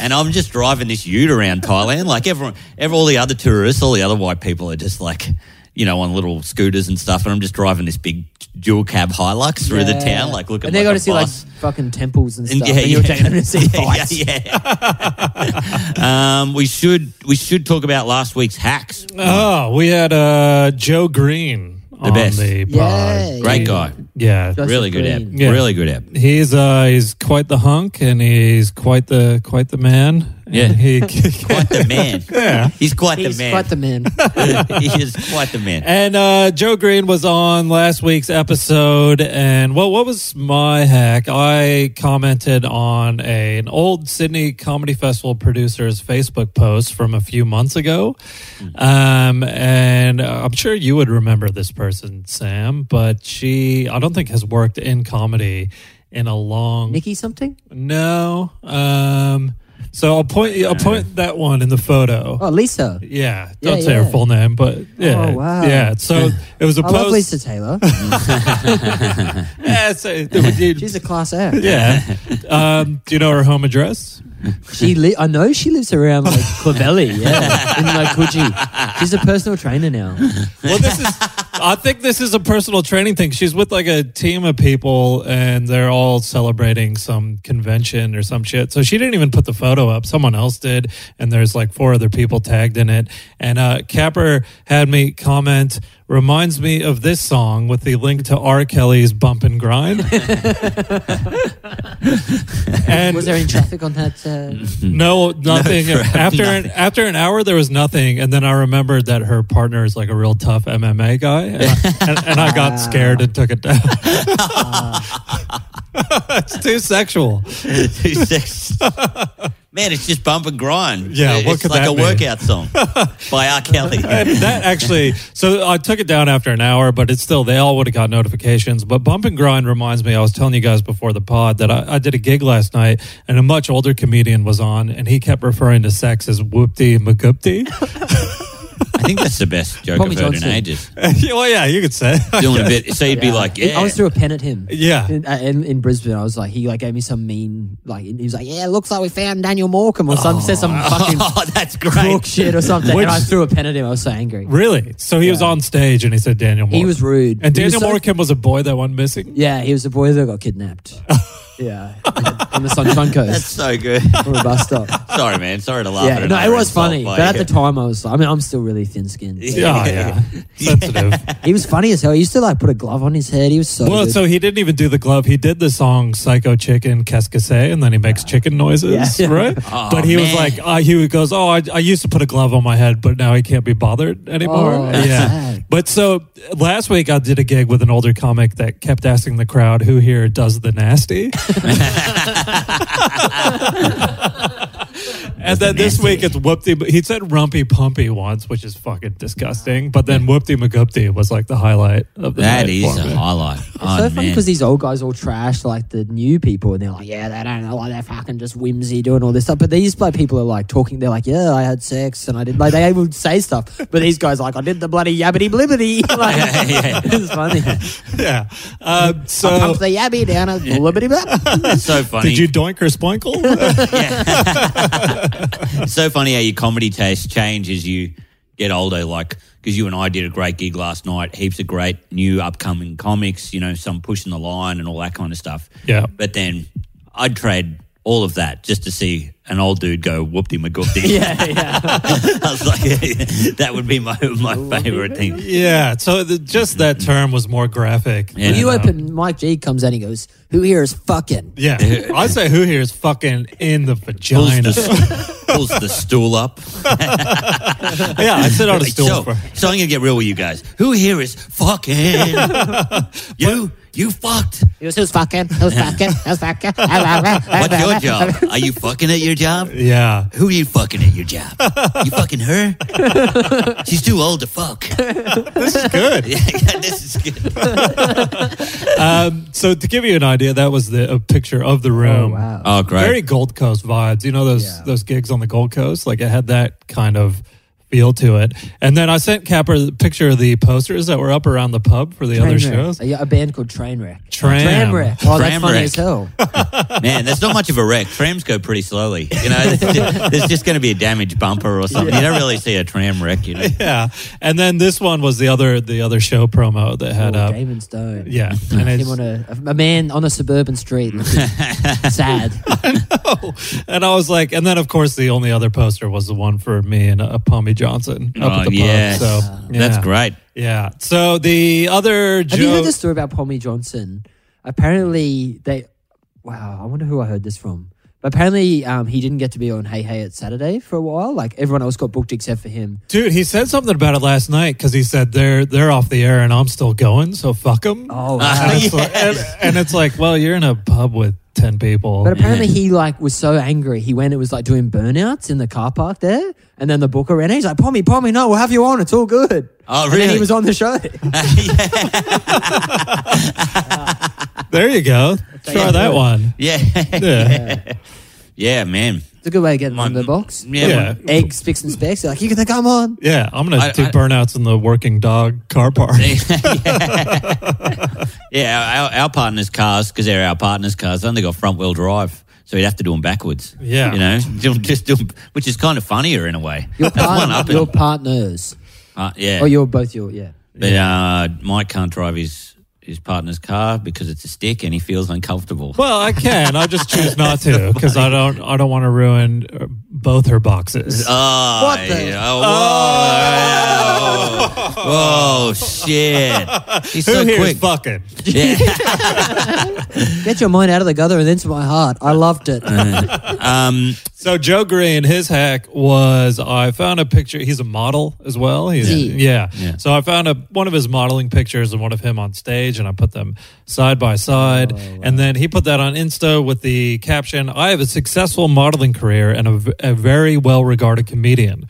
S3: And I'm just driving this ute around Thailand. Like everyone, ever all the other tourists, all the other white people are just like. You know, on little scooters and stuff, and I'm just driving this big dual cab Hilux through the
S4: Yeah.
S3: town, like looking.
S4: And they
S3: like
S4: got
S3: a
S4: to see
S3: boss.
S4: like fucking temples and
S3: And
S4: stuff. and you were taking them to see
S3: yeah,
S4: fights.
S3: yeah, yeah. um, we should we should talk about last week's hacks.
S2: Oh, we had uh, Joe Green on
S3: best.
S2: the
S4: Yeah,
S2: pod.
S4: yeah.
S3: Great guy,
S2: Yeah.
S4: That's
S3: really
S4: a
S3: good app,
S4: dream.
S2: Yeah.
S3: really good app.
S2: He's uh he's quite the hunk and he's quite the quite the man. And
S3: Yeah.
S2: He
S3: Quite the man. yeah. he's quite
S4: He's
S3: the man.
S4: quite the man.
S3: he is quite the man.
S2: And uh, Joe Green was on last week's episode, and well, what was my hack? I commented on a, an old Sydney Comedy Festival producer's Facebook post from a few months ago, um, and uh, I'm sure you would remember this person, Sam, but she, I don't think, has worked in comedy in a long
S4: Nikki something?
S2: no. Um, so I'll point, I'll point that one in the photo.
S4: Oh, Lisa.
S2: Yeah, don't
S4: Yeah,
S2: say her
S4: yeah.
S2: full name, but yeah,
S4: Oh, wow.
S2: yeah. So it was a
S4: I love
S2: post.
S4: Lisa Taylor.
S2: Yeah, so it was-
S4: She's a class act.
S2: yeah. Um, do you know her home address?
S4: She li- I know she lives around like Clavelli, yeah, in like Coogee. She's a personal trainer now.
S2: Well, this is. I think this is a personal training thing. She's with like a team of people and they're all celebrating some convention or some shit. So she didn't even put the photo up. Someone else did. And there's like four other people tagged in it. And uh, Capper had me comment, reminds me of this song with the link to R. Kelly's Bump and Grind. and
S4: Was there any traffic on that? Uh,
S2: no, nothing.
S3: crap,
S2: after An,
S3: nothing.
S2: after an hour, there was nothing, and then I remembered that her partner is like a real tough MMA guy, and I, and, and I got scared and took it down. it's too sexual.
S3: Two sex- Man, it's just bump and grind.
S2: Yeah,
S3: it's
S2: what could
S3: like
S2: that
S3: a
S2: be?
S3: workout song by R. Kelly.
S2: And that actually, so I took it down after an hour, but it's still, they all would have got notifications. But Bump and Grind reminds me, I was telling you guys before the pod that I, I did a gig last night and a much older comedian was on and he kept referring to sex as whoopty magoopty.
S3: I think that's the best joke
S4: Tommy
S3: I've heard in
S4: Johnson.
S3: ages.
S2: well, yeah, you could say.
S3: Doing a bit, so you'd be like, yeah.
S4: I was threw a pen at him.
S2: Yeah.
S4: In, uh, in, in Brisbane, I was like, he like gave me some mean, like he was like, yeah, looks like we found Daniel Morecambe or some said some fucking
S3: oh, that's
S4: crook
S3: great.
S4: shit or something,
S2: Which-
S4: and I threw a pen at him. I was so angry.
S2: Really? So he was on stage and he said Daniel Moore.
S4: He was rude.
S2: And
S4: He was
S2: Daniel
S4: so-
S2: Morecambe was a boy that went missing?
S4: Yeah, he was the boy that got kidnapped. yeah, on the Sunshine
S3: That's
S4: Coast
S3: so good.
S4: from a bus stop.
S3: Sorry, man. Sorry to laugh.
S4: Yeah,
S3: at
S4: no, it
S3: another
S4: was
S3: insult
S4: funny,
S3: by
S4: but at
S3: you.
S4: the time I was, I mean, I'm still really thin skinned.
S2: Yeah, yeah. Sensitive.
S4: He was funny as hell. He used to like put a glove on his head. He was so.
S2: Well,
S4: good.
S2: so he didn't even do the glove. He did the song Psycho Chicken Cascase, and then he makes chicken noises,
S4: Yeah.
S2: right?
S3: Ah. Aw,
S2: but he was
S3: man.
S2: like, uh, he goes, Oh, I, I used to put a glove on my head, but now he can't be bothered anymore.
S4: Oh, that's
S2: yeah.
S4: sad.
S2: But so last week I did a gig with an older comic that kept asking the crowd, Who here does the nasty? And then this week it's Whoopty. He said Rumpy Pumpy once, which is fucking disgusting. But then Whoopty McGoopty was like the highlight of the
S3: That
S2: night
S3: is
S2: for
S3: a
S2: me.
S3: highlight.
S4: It's
S3: oh,
S4: so funny
S3: man.
S4: because these old guys all trash like the new people, and they're like, "Yeah, they don't know, like they're fucking just whimsy doing all this stuff." But these like people are like talking. They're like, "Yeah, I had sex and I did." Like they would say stuff, but these guys are like, "I did the bloody yabbity blibbity." like,
S3: Yeah. Oh.
S4: it's funny.
S2: yeah. Um, so
S4: I pumped the yabby down a blibbity blip.
S3: That's so funny.
S2: Did you doink or spoinkle?
S3: It's so funny how your comedy tastes change as you get older. Like, because you and I did a great gig last night, heaps of great new upcoming comics, you know, some pushing the line and all that kind of stuff.
S2: Yeah.
S3: But then I'd trade all of that just to see an old dude go whoopty McGoopty.
S4: yeah, yeah.
S3: I was like, that would be my, my favorite thing.
S2: yeah. So the, just that term was more graphic.
S3: Yeah.
S2: than,
S4: You
S2: um,
S4: open. Mike G comes in. He goes, "Who here is fucking?"
S2: Yeah. I say who here is fucking in the
S3: Pulls
S2: vagina.
S3: the, pulls the stool up.
S2: yeah, I sit on a stool
S3: so,
S2: for.
S3: so I'm gonna get real with you guys. Who here is fucking? you you fucked.
S4: He goes, "Who's fucking? Who's fucking? Who's fucking?" What's
S3: What's your job? Are you fucking at your job?
S2: Yeah.
S3: Who are you fucking at your job? You fucking her? She's too old to fuck.
S2: This is good.
S3: Yeah, yeah, this is good.
S2: Um, so to give you an idea, that was the a picture of the room.
S4: wow.
S3: Oh, great.
S2: Very Gold Coast vibes. You know those
S4: Yeah.
S2: those gigs on the Gold Coast? Like it had that kind of feel to it. And then I sent Capper the picture of the posters that were up around the pub for the other
S4: Trainwreck.
S2: shows.
S4: A, a band called Trainwreck.
S2: Tram.
S4: Trainwreck. Oh, that's
S3: Tramwreck.
S4: funny as hell.
S3: Man, that's not much of a wreck. Trams go pretty slowly. You know, there's just going to be a damaged bumper or something. You don't really see a tram wreck, you know.
S2: Yeah. And then this one was the other the other show promo that had
S4: Oh,
S2: up.
S4: Damon Stone.
S2: Yeah. And
S4: Him on
S2: it's,
S4: a, a man on a suburban street. Sad.
S2: Oh, and I was like, and then of course the only other poster was the one for me and uh, Pommy Johnson up
S3: Oh,
S2: at the
S3: yes.
S2: pub. So yeah.
S3: That's great.
S2: Yeah. So the other
S4: Have you
S2: joke,
S4: heard the story about Pommy Johnson? Apparently, they. Wow, I wonder who I heard this from. But apparently, um, he didn't get to be on Hey Hey at Saturday for a while. Like everyone else got booked except for him.
S2: dude, he said something about it last night because he said they're they're off the air and I'm still going, so fuck them.
S4: Oh,
S3: wow.
S2: and, it's like, and, and it's like, well, you're in a pub with ten people.
S4: But apparently he like was so angry. He went. It was like doing burnouts in the car park there, and then the booker ran. in. He's like, "Pommy, Pommy, no, we'll have you on. It's all good."
S3: Oh,
S4: And then
S3: really?
S4: he was on the show.
S2: there you go. Try that one.
S3: Yeah.
S2: Yeah.
S3: Yeah, man.
S4: It's a good way of getting
S3: My-
S4: on the box.
S3: Yeah.
S2: Yeah.
S4: Eggs, fix and specs. You're like, you gonna come on?
S2: Yeah, I'm gonna
S3: I-
S2: do
S3: I-
S2: burnouts in the working dog car park.
S3: Yeah, our, our partner's cars, because they're our partner's cars, they only got front wheel drive. So you'd have to do them backwards.
S2: Yeah.
S3: You know, Do 'em- just do 'em- which is kind of funnier in a way.
S4: Your,
S3: That's one
S4: partner,
S3: up.
S4: your partners.
S3: uh, yeah.
S4: Oh, you're both your yeah.
S3: But uh, Mike can't drive his, his partner's car because it's a stick and he feels uncomfortable.
S2: Well, I can. I just choose not to because I don't. I don't want to ruin uh, both her boxes.
S3: Oh,
S4: What the-
S3: yeah. Oh, whoa, Whoa, shit. He's
S2: Who
S3: so
S2: here is
S3: quick.
S2: fucking?
S3: Yeah.
S4: Get your mind out of the gutter and into my heart. I loved it.
S3: Uh-huh. Um,
S2: So Joe Green, his hack was I found a picture. He's a model as well. He's, yeah.
S3: Yeah.
S2: So I found a, one of his modeling pictures and one of him on stage, and I put them side by side. And then he put that on Insta with the caption: "I have a successful modeling career and a, v- a very well-regarded comedian.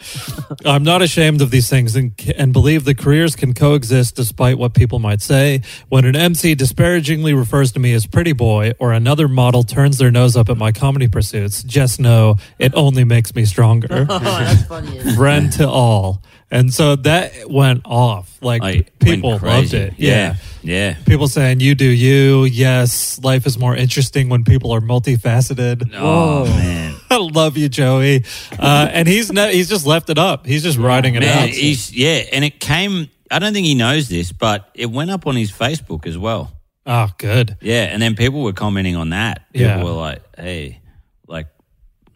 S2: I'm not ashamed of these things and, c- and believe the careers can coexist despite what people might say. When an MC disparagingly refers to me as pretty boy or another model turns their nose up at my comedy pursuits, just know it only makes me stronger.
S4: that's funny.
S2: Friend to all. And so that went off. Like
S3: I went
S2: people loved
S3: crazy.
S2: it.
S3: Yeah.
S2: Yeah.
S3: Yeah.
S2: People saying you do you. Yes, life is more interesting when people are multifaceted.
S3: Oh, man.
S2: I love you, Joey. Uh, and he's no, he's just left it up. He's just riding it
S3: Man,
S2: out.
S3: he's, yeah. And it came, I don't think he knows this, but it went up on his Facebook as well.
S2: Oh, good.
S3: Yeah. And then people were commenting on that. People
S2: Yeah.
S3: were like, hey, like,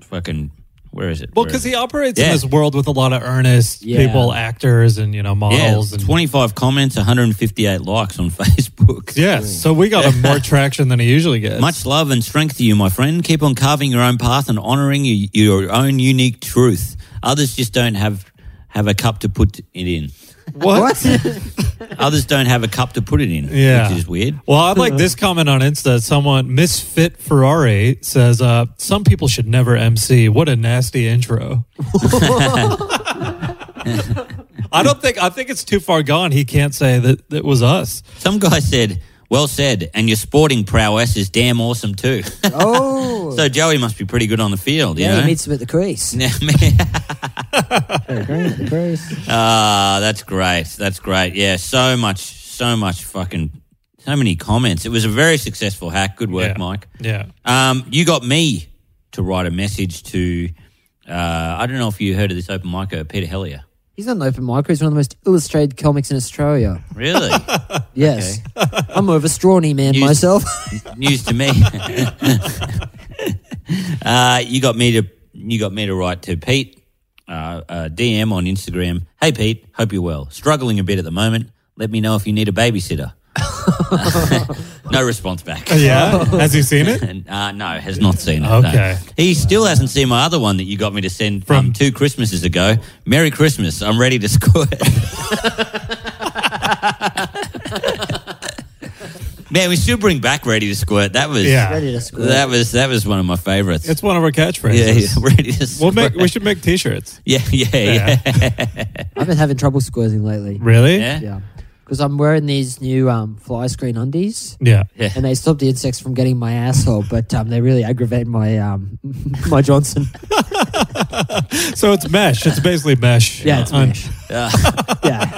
S3: fucking, where is it?
S2: Well,
S3: Where
S2: because
S3: is
S2: he
S3: it?
S2: operates
S3: Yeah.
S2: in this world with a lot of earnest
S4: Yeah.
S2: people, actors, and you know
S3: Yeah,
S2: models. and
S3: 25 comments, 158 likes on Facebook.
S2: Yes, so we got him more traction than he usually gets.
S3: Much love and strength to you, my friend. Keep on carving your own path and honouring your, your own unique truth. Others just don't have have a cup to put it in.
S2: what?
S3: Others don't have a cup to put it in,
S2: Yeah.
S3: which is weird.
S2: Well, I'd like this comment on Insta. Someone, Misfit Ferrari, says, uh, Some people should never MC. What a nasty intro. I don't think, I think it's too far gone. He can't say that that was us.
S3: Some guy said, "Well said," and your sporting prowess is damn awesome too.
S4: Oh.
S3: so Joey must be pretty good on the field, you
S4: yeah,
S3: know.
S4: he meets him at the crease. the crease.
S3: Ah, that's great. That's great. Yeah, so much, so much fucking, so many comments. It was a very successful hack. Good work,
S2: Yeah.
S3: Mike.
S2: Yeah.
S3: Um, you got me to write a message to. Uh, I don't know if you heard of this open micer, Peter Hellier.
S4: He's not an open micer. He's one of the most illustrated comics in Australia.
S3: Really?
S4: Yes. I'm more of a strawny man
S3: You-
S4: myself.
S3: News to me. uh, you got me to you got me to write to Pete. Uh, uh, DM on Instagram. Hey Pete, hope you're well. Struggling a bit at the moment. Let me know if you need a babysitter. no response back.
S2: Yeah. Has he seen it?
S3: And, uh, no, has not seen it.
S2: Okay.
S3: No. He still hasn't seen my other one that you got me to send from
S2: From-
S3: two Christmases ago. Merry Christmas. I'm ready to score it. Man, we should bring back Ready to Squirt. That was
S2: Yeah.
S4: Ready to squirt.
S3: that was that was one of my favorites.
S2: It's one of our catchphrases.
S3: yeah, yeah, Ready to
S2: We'll
S3: Squirt.
S2: make, we should make t shirts.
S3: yeah, yeah, yeah.
S4: I've been having trouble squirting lately.
S2: Really?
S3: Yeah.
S4: Yeah. Because I'm wearing these new um, fly screen undies.
S2: Yeah.
S3: Yeah.
S4: And they stop the insects from getting my asshole, but um, they really aggravate my um, my Johnson.
S2: So it's mesh. It's basically mesh.
S4: Yeah, it's
S2: on-
S4: mesh. yeah,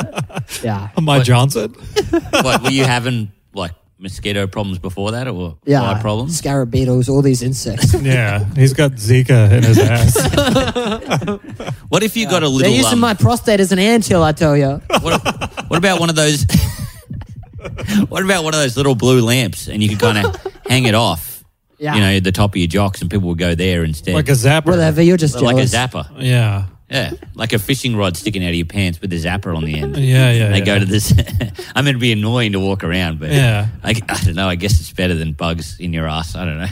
S4: yeah,
S2: on My Johnson.
S3: What, were you having like mosquito problems before that or
S4: yeah.
S3: fly problems?
S4: Scarab beetles, all these insects.
S2: Yeah, he's got Zika in his ass.
S3: What if you got a
S4: They're
S3: little
S4: using
S3: um,
S4: my prostate as an anthill, I tell you.
S3: What, what about one of those? what about one of those little blue lamps, and you could kind of hang it off?
S4: Yeah.
S3: You know, the top of your jocks, and people would go there instead.
S2: like a zapper.
S4: Whatever, you're just
S3: like a
S4: jealous.
S3: zapper.
S2: Yeah.
S3: Yeah, like a fishing rod sticking out of your pants with a zapper on the end.
S2: Yeah, yeah.
S3: They
S2: yeah.
S3: go to this. I mean, it'd be annoying to walk around, but
S2: Yeah.
S3: I, I don't know. I guess it's better than bugs in your ass. I don't know.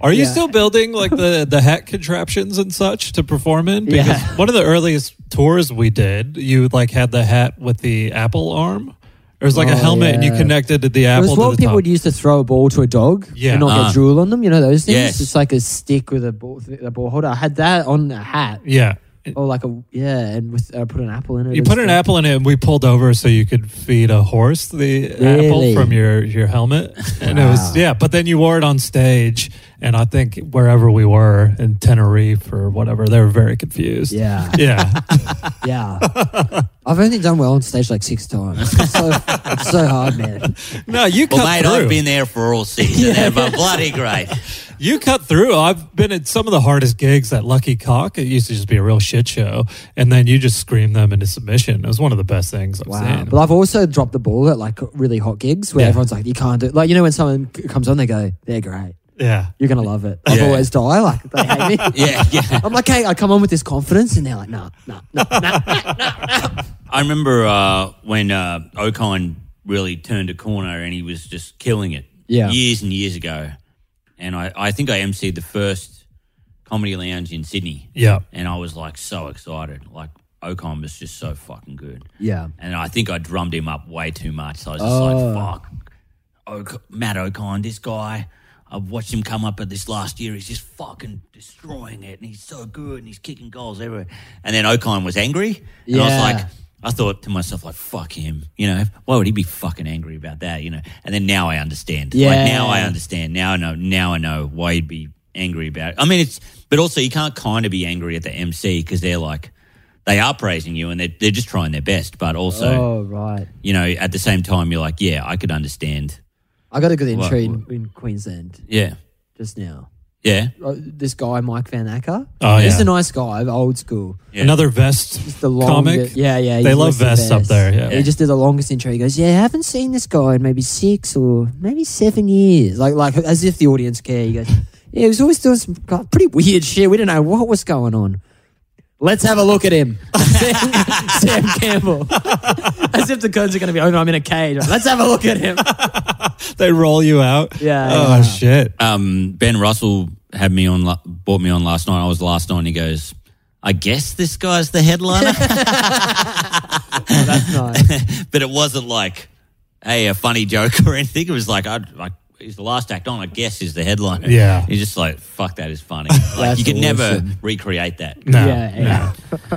S2: Are you
S4: Yeah.
S2: still building like the the hat contraptions and such to perform in?
S4: Yeah.
S2: Because one of the earliest tours we did, you like had the hat with the apple arm. It was like a
S4: Oh,
S2: helmet, and you
S4: yeah.
S2: connected the
S4: It
S2: apple.
S4: was
S2: to
S4: what
S2: the
S4: people
S2: top.
S4: would use to throw a ball to a dog
S2: Yeah.
S4: and not
S3: Ah.
S4: get drool on them. You know those things?
S3: Yes.
S4: It's like a stick with a ball, a ball holder. I had that on a hat.
S2: Yeah.
S4: Or like a, yeah, and with uh, put an apple in Oh, it.
S2: You
S4: It's
S2: put an
S4: like-
S2: apple in it, and we pulled over so you could feed a horse the
S4: Really?
S2: apple from your your helmet. And it was yeah, but then you wore it on stage, and I think wherever we were in Tenerife or whatever, they were very confused.
S4: Yeah.
S2: yeah,
S4: Yeah. I've only done well on stage like six times. It's so, it's so hard, man.
S2: no, you
S3: Well,
S2: cut
S3: mate,
S2: through.
S3: I've been there for all season. They're bloody great.
S2: You cut through. I've been at some of the hardest gigs at Lucky Cock. It used to just be a real shit show, and then you just scream them into submission. It was one of the best things I've
S4: Wow.
S2: seen.
S4: But I've also dropped the ball at like really hot gigs where
S2: Yeah.
S4: everyone's like, you can't do Like, you know, when someone c- comes on, they go, they're great.
S2: yeah,
S4: You're going to love it. I've
S3: Yeah.
S4: always die. Like, they hate me.
S3: yeah, yeah.
S4: I'm like, hey, I come on with this confidence, and they're like, nah, nah, nah, nah.
S3: I remember uh, when uh, Okine really turned a corner and he was just killing it.
S4: Yeah.
S3: Years and years ago. And I, I think I emceed the first comedy lounge in Sydney.
S2: yeah.
S3: And I was like so excited. Like Okine was just so fucking good.
S4: Yeah.
S3: And I think I drummed him up way too much. So I was just
S4: Oh.
S3: like, fuck. Ok- Matt O'Kine, this guy, I've watched him come up at this last year. He's just fucking destroying it. And he's so good and he's kicking goals everywhere. And then O'Kine was angry. And I was
S4: Yeah.
S3: like, I thought to myself, like, fuck him. You know, why would he be fucking angry about that? You know, and then now I understand.
S4: Yeah.
S3: Like, now I understand. Now I know. Now I know why he'd be angry about it. I mean, it's, but also you can't kind of be angry at the MC because they're like, they are praising you and they're, they're just trying their best. But also,
S4: Oh, right.
S3: you know, at the same time, you're like, yeah, I could understand.
S4: I got a good intro
S3: What-
S4: in, in Queensland
S3: Yeah.
S4: just now.
S3: Yeah.
S4: Uh, This guy, Mike Van Acker.
S2: Oh,
S4: He's
S2: yeah.
S4: a nice guy, old school.
S3: Yeah.
S2: Another vest
S4: The long,
S2: comic.
S4: Yeah, yeah.
S2: They
S4: he's
S2: love
S4: the
S2: vests up
S4: best.
S2: there. Yeah.
S4: He just did the longest intro. He goes, "Yeah, I haven't seen this guy in maybe six or maybe seven years." Like, like as if the audience care. He goes, "Yeah, he was always doing some gu- pretty weird shit. We didn't know what was going on." Let's have a look at him, Sam, Sam Campbell. as if the codes are going to be. Oh no, I'm in a cage. Let's have a look at him.
S2: They roll you out.
S4: Yeah,
S2: Oh
S4: yeah.
S2: shit.
S3: Um, ben Russell had me on, la- bought me on last night. I was last night and he goes, I guess this guy's the headliner.
S4: That's nice.
S3: but it wasn't like, hey, a funny joke or anything. It was like, I, like, he's the last act on, I guess, is the headliner.
S2: Yeah.
S3: He's just like, fuck, that is funny. Like, you
S4: That's
S3: could never
S4: awesome.
S3: recreate that.
S2: No.
S4: yeah,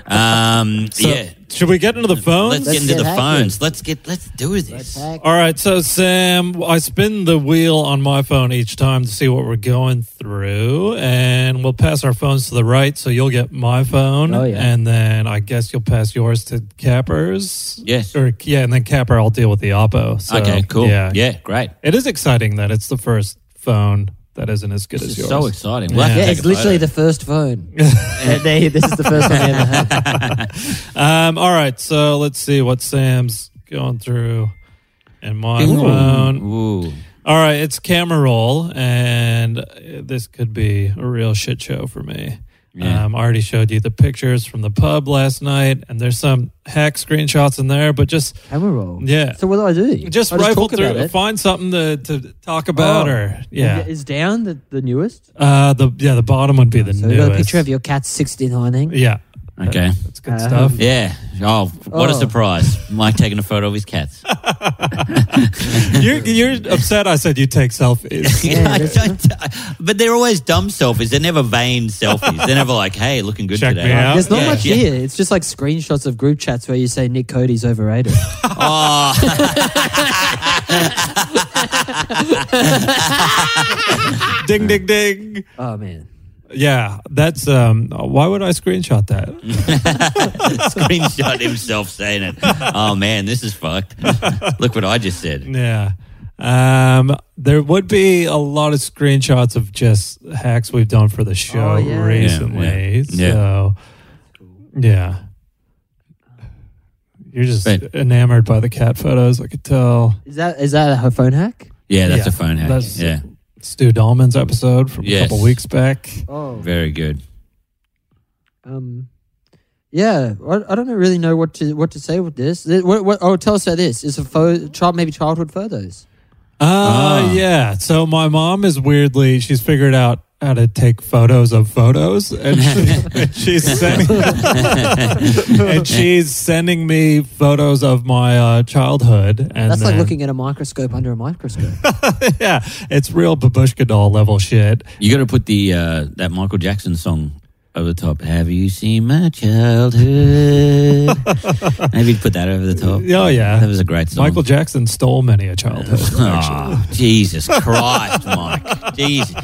S4: yeah.
S3: Um,
S2: So,
S3: yeah.
S2: Should we get into the phones?
S3: Let's, get
S4: Let's
S3: into
S4: get
S3: the
S4: hacking.
S3: phones. Let's get, let's do
S4: Let's
S3: this.
S4: hack.
S2: All right, so Sam, I spin the wheel on my phone each time to see what we're going through, and we'll pass our phones to the right, so you'll get my phone,
S4: Oh, yeah.
S2: and then I guess you'll pass yours to Capper's.
S3: Yes.
S2: or yeah, and then Capper, I'll deal with the Oppo. So,
S3: okay, cool.
S2: Yeah,
S3: yeah great.
S2: It is exciting that it's the first phone that isn't as good as
S3: This
S2: yours.
S3: is so exciting. We'll have to
S4: Yeah,
S3: take
S4: it's
S3: a
S4: literally
S3: photo.
S4: the first phone. And they- this is the first one they ever had.
S2: Um, all right, so let's see what Sam's going through, and my phone.
S3: Ooh.
S2: All right, it's camera roll, and this could be a real shit show for me.
S3: Yeah.
S2: Um, I already showed you the pictures from the pub last night, and there's some hack screenshots in there, but just
S4: Camera roll.
S2: Yeah.
S4: So what do I do?
S2: just
S4: I
S2: rifle
S4: talk about
S2: through,
S4: it.
S2: find something to, to talk about,
S4: Oh.
S2: or yeah,
S4: Is down the, the newest?
S2: uh, the yeah the bottom would be the
S4: So we
S2: newest.
S4: got a picture of your cat 69ing.
S2: yeah,
S3: Okay.
S2: that's good
S4: Um,
S2: stuff.
S3: Yeah. Oh, what a
S4: Oh.
S3: surprise. Mike taking a photo of his cats.
S2: You're, you're upset. I said you take selfies.
S4: Yeah,
S3: I
S4: that's-
S3: don't- but they're always dumb selfies. They're never vain selfies. They're never like, hey, looking good
S2: Check
S3: today.
S2: me out.
S4: There's not
S3: Yeah.
S4: much
S3: Yeah.
S4: here. It's just like screenshots of group chats where you say Nick Cody's overrated.
S3: Oh,
S2: ding, ding, ding.
S4: oh man.
S2: Yeah, that's um. Why would I screenshot that?
S3: screenshot himself saying it. Oh, man, this is fucked. Look what I just said.
S2: Yeah. Um, there would be a lot of screenshots of just hacks we've done for the show
S4: Oh, yeah.
S2: recently.
S3: Yeah, yeah, yeah.
S2: So, yeah. You're just
S3: Right.
S2: enamored by the cat photos. I could tell.
S4: Is that is that a phone hack?
S3: Yeah, that's
S2: Yeah.
S3: a phone hack.
S2: That's-
S3: yeah.
S2: Stu Dahlman's episode from
S3: Yes.
S2: a couple weeks back.
S4: Oh.
S3: Very good.
S4: Um yeah, I, I don't really know what to what to say with this. Th- What, what, oh, tell us about this. Is a pho- child maybe childhood photos?
S2: Uh,
S3: Ah.
S2: yeah. So my mom is weirdly she's figured out how to take photos of photos, and, she- and she's sending and she's sending me photos of my uh, childhood. And
S4: That's like
S2: then-
S4: looking at a microscope under a microscope.
S2: yeah, it's real babushka doll level shit.
S3: You got to put the uh, that Michael Jackson song over the top. Have you seen my childhood? Maybe you'd put that over the top.
S2: Oh yeah,
S3: That was a great song. Ah.
S2: Michael Jackson stole many a childhood.
S3: Oh, Jesus Christ, Mike. Jeez.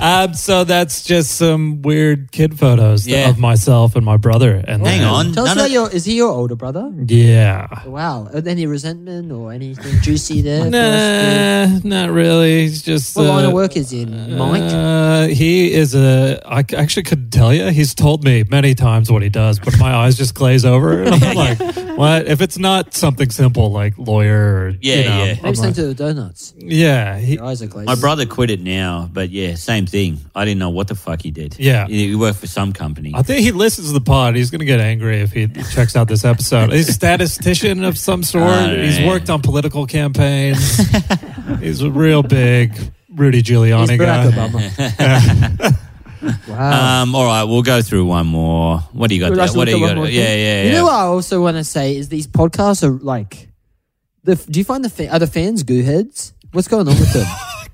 S2: Um, so that's just some weird kid photos th-
S3: Yeah.
S2: of myself and my brother. And
S3: Hang
S2: then-
S3: on.
S4: Tell us
S3: None
S4: about
S3: of-
S4: your. Is he your older brother?
S2: Yeah.
S4: Wow. Are there Any resentment or anything juicy there? for us to-
S2: Nah, not really. It's just
S4: What line
S2: uh,
S4: of work is he in, Mike?
S2: Uh, he is a. I c- actually couldn't tell you. He's told me many times what he does, but my eyes just glaze over. And I'm like, what? If it's not something simple like lawyer or
S3: Yeah,
S2: you know,
S3: yeah.
S2: I'm
S4: Maybe something
S2: like-
S4: to the donuts.
S2: yeah, he-
S4: Your eyes are glazed.
S3: My brother quit it now, but yeah, same thing. I didn't know what the fuck he did.
S2: Yeah.
S3: He he worked for some company.
S2: I think he listens to the pod. He's going to get angry if he checks out this episode. He's a statistician of some sort.
S3: All
S2: He's
S3: right.
S2: worked on political campaigns. He's a real big Rudy Giuliani
S4: He's Barack
S2: guy.
S4: Obama. wow.
S3: Um, all right, we'll go through one more. What do you got?
S4: Would I
S3: There?
S4: still
S3: What do
S4: do
S3: you
S4: one
S3: got?
S4: more
S3: Yeah,
S4: thing?
S3: yeah, yeah.
S4: You know what I also want to say is these podcasts are like. The, do you find the fa- are the fans goo heads? What's going on with them?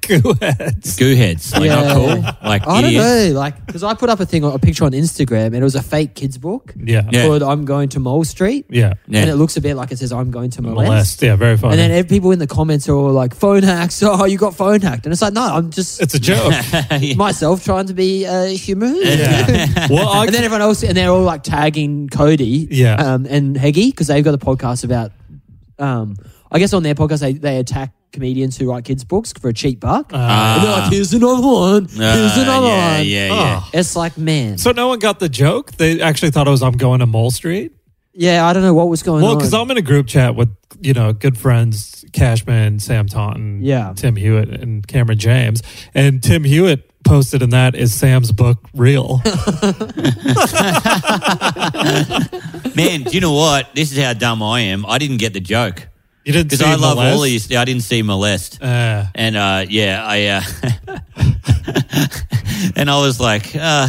S2: Gooheads.
S3: Goo heads, like
S4: Yeah.
S3: not cool, like
S4: I don't
S3: idiots.
S4: know, like because I put up a thing, a picture on Instagram, and it was a fake kids book
S2: Yeah.
S3: Yeah.
S4: called "I'm Going to Mole Street,"
S2: Yeah.
S3: Yeah.
S4: and it looks a bit like it says "I'm going to molest."
S2: Molest. Yeah, very funny.
S4: And then ev- people in the comments are all like, "Phone hacks! Oh, you got phone hacked!" And it's like, no, I'm just
S2: it's a joke.
S3: Yeah.
S4: myself trying to be uh, humorous.
S2: yeah. Well, I,
S4: and then everyone else, and they're all like tagging Cody,
S2: Yeah.
S4: um, and Heggy because they've got a podcast about, um, I guess on their podcast they, they attack comedians who write kids books for a cheap buck.
S2: Ah.
S4: and they're like, here's another one, here's
S3: Ah,
S4: another
S3: yeah,
S4: one.
S3: yeah, yeah.
S2: Oh.
S4: It's like, man,
S2: so no one got the joke. They actually thought it was I'm going to Mole Street.
S4: yeah, I don't know what was going
S2: Well,
S4: on.
S2: because I'm in a group chat with you know good friends Cashman, Sam Taunton,
S4: Yeah.
S2: Tim Hewitt, and Cameron James. And Tim Hewitt posted in that is Sam's book real?
S3: Man, do you know what? This is how dumb I am. I didn't get the joke
S2: You didn't
S3: because
S2: see
S3: I love
S2: Molest?
S3: all these. I didn't see molest,
S2: Uh,
S3: and uh, yeah, I uh, and I was like, uh,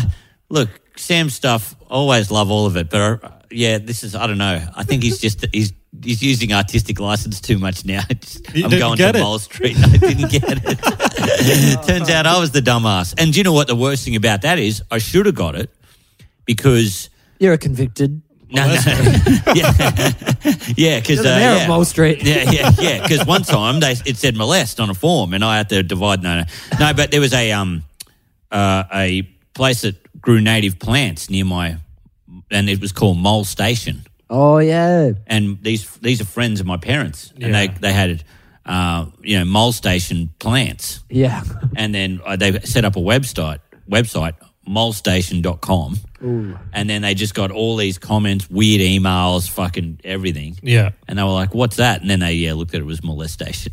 S3: look, Sam stuff. Always love all of it, but uh, yeah, this is. I don't know. I think he's just he's. He's using artistic license too much now.
S2: You
S3: I'm
S2: didn't
S3: going
S2: get
S3: to
S2: it.
S3: Mole Street. I didn't get it. Turns out I was the dumbass. And do you know what the worst thing about that is? I should have got it because
S4: You're a convicted.
S3: no, no. yeah, yeah, because
S4: You're the mayor
S3: yeah.
S4: of Mole Street.
S3: Yeah, yeah, yeah. Because one time they it said molest on a form, and I had to divide. No, no, no. But there was a um uh, a place that grew native plants near my, and it was called Mole Station.
S4: Oh yeah,
S3: And these these are friends of my parents,
S2: Yeah.
S3: and they they had uh you know Mole Station plants,
S4: yeah.
S3: and then uh, they set up a website website molestation.com
S4: Ooh.
S3: and then they just got all these comments, weird emails, fucking everything.
S2: yeah.
S3: And they were like, "What's that?" And then they yeah looked at it, it was molestation.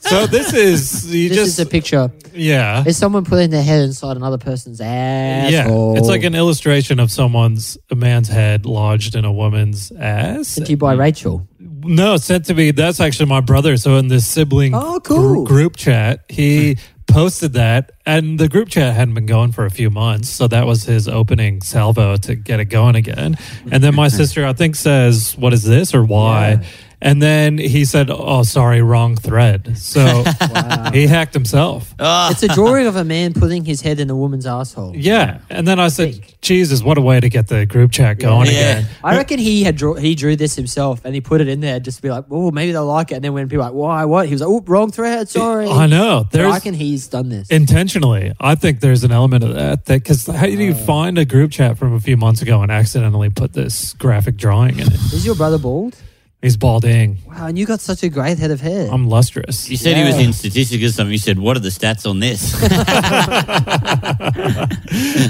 S2: So this is you
S4: This
S2: just
S4: is a picture.
S2: yeah
S4: It's someone putting their head inside another person's ass.
S2: yeah. It's like an illustration of someone's a man's head lodged in a woman's ass.
S4: sent to you by Rachel.
S2: No, sent to me. That's actually my brother. So in this sibling
S4: Oh, cool.
S2: gr- group chat, he posted that, and the group chat hadn't been going for a few months. So that was his opening salvo to get it going again. And then my sister, I think, says, "What is this or why?" And then he said, "Oh, sorry, wrong thread." So he hacked himself.
S4: It's a drawing of a man putting his head in a woman's asshole.
S2: Ah. Yeah. And then I said, "Jesus, what a way to get the group chat going
S3: Yeah.
S2: again."
S4: I reckon he had draw, he drew this himself and he put it in there just to be like, oh, maybe they'll like it. And then when people are like, why, what? He was like, oh, wrong thread, sorry.
S2: I know.
S4: But I
S2: There's
S4: reckon he's done this.
S2: intentionally i think there's an element of that that because how do you find a group chat from a few months ago and accidentally put this graphic drawing in it
S4: Is your brother bald?
S2: he's balding
S4: Wow, and you got such a great head of hair.
S2: i'm lustrous
S3: you said he was
S4: Yeah.
S3: in statistics or something. You said, "What are the stats on this?"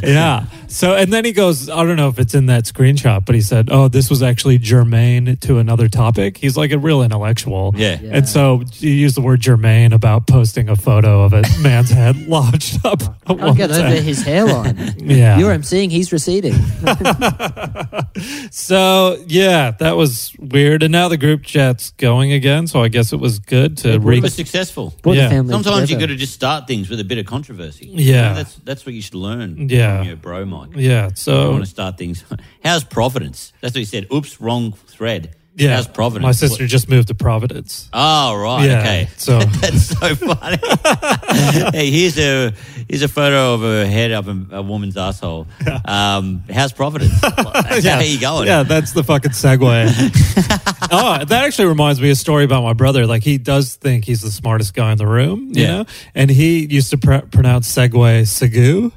S2: yeah so and then he goes i don't know if it's in that screenshot but he said oh this was actually germane to another topic he's like a real intellectual
S3: Yeah.
S4: Yeah.
S2: and so you use the word germane about posting a photo of a man's head lodged up a
S4: Can't get
S2: woman's
S4: over
S2: head.
S4: his hairline.
S2: yeah
S4: You're seeing he's receding.
S2: So yeah, that was weird. And now the group chat's going again, so I guess it was good to
S3: we
S2: re.
S3: were successful.
S4: Brought
S2: Yeah.
S4: the family
S3: Sometimes you got
S4: together.
S3: to just start things with a bit of controversy.
S2: Yeah.
S3: that's that's what you should learn.
S2: Yeah.
S3: from your bro, Mike.
S2: Yeah,
S3: I
S2: so
S3: want to start things. How's Providence? That's what he said. Oops, wrong thread.
S2: Yeah,
S3: How's Providence?
S2: My sister just moved to Providence.
S3: Oh right,
S2: Yeah,
S3: okay.
S2: so-
S3: that's so funny. hey, here's a here's a photo of her head up a, a woman's asshole. Um, how's Providence? That's how you going?
S2: Yeah, that's the fucking segue. oh, that actually reminds me of a story about my brother. Like he does think he's the smartest guy in the room, you
S3: Yeah.
S2: know? And he used to pr- pronounce segue segu.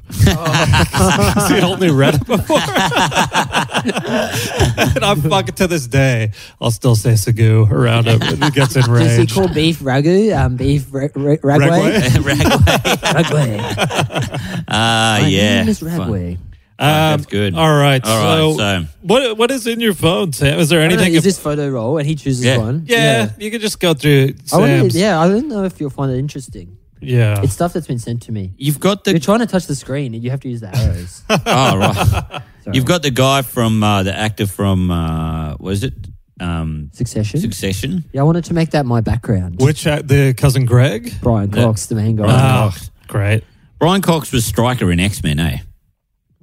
S2: he only read it before. and I'm fucking to this day, I'll still say segu around him. And he gets
S4: Does he
S2: enraged.
S4: call beef ragu? Um, beef ra- ra- ragway?
S2: Ragway?
S3: Ragway.
S4: Ragway.
S3: Ah,
S4: My
S3: yeah.
S4: name is
S3: Fun.
S4: Ragway.
S3: That's good.
S2: Um, All right.
S3: All right,
S2: so,
S3: so-
S2: what what is in your phone, Sam? Is there
S4: I don't know,
S2: anything?
S4: is this photo roll? And he chooses
S3: Yeah.
S4: one.
S2: yeah, you can just go through
S4: I wonder,
S2: Sam's.
S4: yeah, I don't know if you'll find it interesting.
S2: yeah.
S4: It's stuff that's been sent to me.
S3: You've got
S4: You're
S3: the
S4: trying to touch the screen, and you have to use the arrows.
S3: oh right.
S4: Sorry.
S3: You've got the guy from uh, the actor from uh, was it um,
S4: Succession.
S3: Succession?
S4: yeah, I wanted to make that my background.
S2: Which uh, the cousin Greg?
S4: Brian
S3: Yeah. Ah.
S4: Cox, the main guy.
S2: Oh, great.
S3: Uh, Brian Cox was striker in X Men, eh?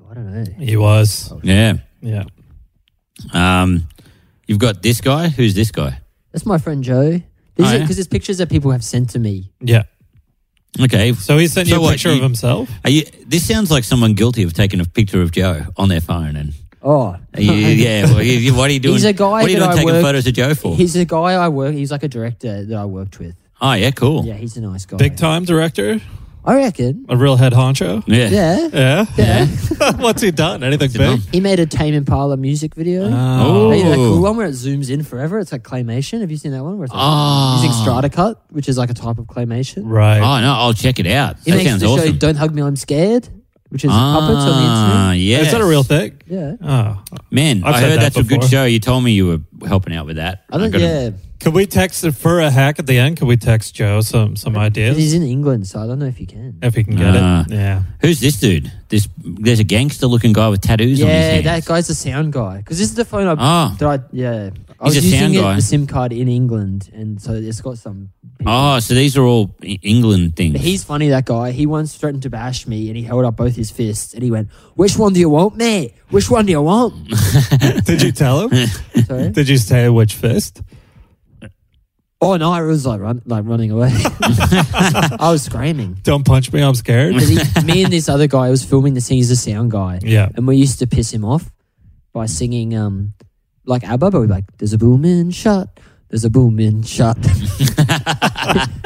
S4: I don't know.
S2: He was.
S3: Yeah.
S2: Yeah.
S3: Um, you've got this guy. Who's this guy?
S4: That's my friend Joe. These
S3: Oh,
S4: are
S3: yeah?
S4: because it's pictures that people have sent to me.
S2: Yeah.
S3: Okay.
S2: So he sent
S3: So
S2: you a
S3: what,
S2: picture of
S3: you-
S2: himself.
S3: Are you, this sounds like someone guilty of taking a picture of Joe on their phone. And
S4: Oh,
S3: are you- yeah, well, you- you- what are you doing?
S4: He's a guy
S3: What are you
S4: that
S3: doing
S4: I
S3: taking
S4: work-
S3: photos of Joe for?
S4: he's a guy I work. He's like a director that I worked with.
S3: oh yeah, cool.
S4: Yeah, he's a nice guy.
S2: Big time director,
S4: I reckon.
S2: a real head honcho.
S3: Yeah.
S4: Yeah.
S2: Yeah. Yeah. What's he done? Anything
S3: he
S2: big?
S3: done?
S4: He made a Tame Impala music video.
S2: Oh.
S4: Hey, you know that cool
S3: Ooh.
S4: one where it zooms in forever. It's like claymation. Have you seen that one? Where it's like
S3: Ah.
S4: using Stratacut, which is like a type of claymation.
S2: Right.
S3: Oh no, I'll check it out.
S4: He
S3: that
S4: makes
S3: sounds
S4: the show
S3: awesome.
S4: "Don't Hug Me, I'm Scared," which is puppets on the
S3: ah,
S4: internet.
S3: yeah.
S2: Is that a real thing?
S4: Yeah.
S2: Oh.
S3: Man,
S2: I've
S3: i
S2: said
S3: heard
S2: that
S3: that's a
S2: before.
S3: good show. You told me you were helping out with that.
S4: I think
S3: gotta-
S4: yeah,
S2: Could we text it for a hack at the end? Could we text Joe some some
S4: 'cause he's
S2: ideas
S4: in England, so I don't know if you can.
S2: if he can get
S3: Ah.
S2: it? Yeah.
S3: Who's this dude? This there's a gangster looking guy with tattoos on his
S4: Yeah,
S3: hands.
S4: that guy's the sound guy. Because this is the phone I,
S3: Ah.
S4: that I yeah. I
S3: He's
S4: was
S3: a
S4: using
S3: sound
S4: it,
S3: guy.
S4: the SIM card in England, and so it's got some. people.
S3: Oh, so these are all E- England things.
S4: But he's funny, that guy. He once threatened to bash me, and he held up both his fists, and he went, "Which one do you want, mate? Which one do you want?"
S2: Did you tell him?
S4: Sorry.
S2: Did you say which fist?
S4: Oh no, I was like run, like running away. I was screaming.
S2: Don't punch me. I'm scared.
S4: 'Cause he- me and this other guy was filming this thing. He's a sound guy.
S2: Yeah.
S4: and we used to piss him off by singing um like ABBA, but we'd be like, "There's a boom in shot, there's a boom in shot."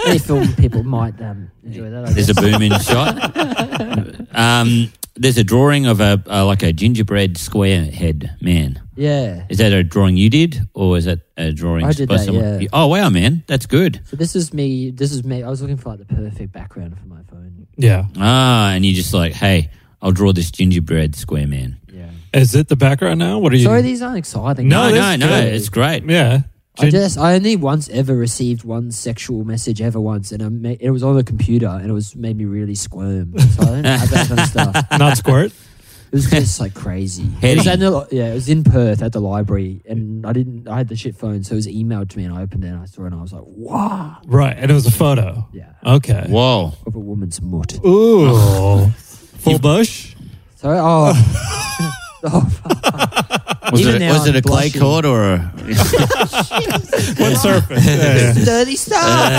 S4: Any film people might um, enjoy that. I
S3: There's
S4: guess.
S3: a boom in shot. Um, there's a drawing of a uh, like a gingerbread square head man.
S4: yeah.
S3: Is that a drawing you did, or is that a drawing
S4: I did
S3: by
S4: that,
S3: someone?
S4: yeah.
S3: Oh wow, man, that's good.
S4: So this is me. This is me. I was looking for like the perfect background for my phone.
S2: Yeah.
S3: Ah, and you just like, hey, I'll draw this gingerbread square man.
S4: Yeah.
S2: Is it the background now? What are you?
S4: Sorry, these aren't exciting.
S2: No,
S3: No,
S2: this
S3: no,
S2: is
S3: no,
S2: good.
S3: it's great.
S2: yeah.
S4: I just I only once ever received one sexual message ever once, and I ma- it was on the computer, and it was made me really squirm. So I don't have that kind of stuff.
S2: Not squirt.
S4: It was just like crazy. It
S3: Heady.
S4: was at the, li- yeah, it was in Perth at the library, and I didn't. I had the shit phone, so it was emailed to me, and I opened it, and I saw it, and I was like, "Wow!"
S2: Right, and it was a photo.
S4: Yeah,
S2: Okay.
S3: Whoa.
S4: of a woman's mutt.
S2: Ooh. Full bush?
S4: So, oh, oh, fuck.
S3: Was
S4: Even
S3: it,
S4: now
S3: was it
S4: I'm
S3: a clay
S4: blushing.
S3: court or a.
S2: What surface? Yeah, yeah.
S4: dirty stuff.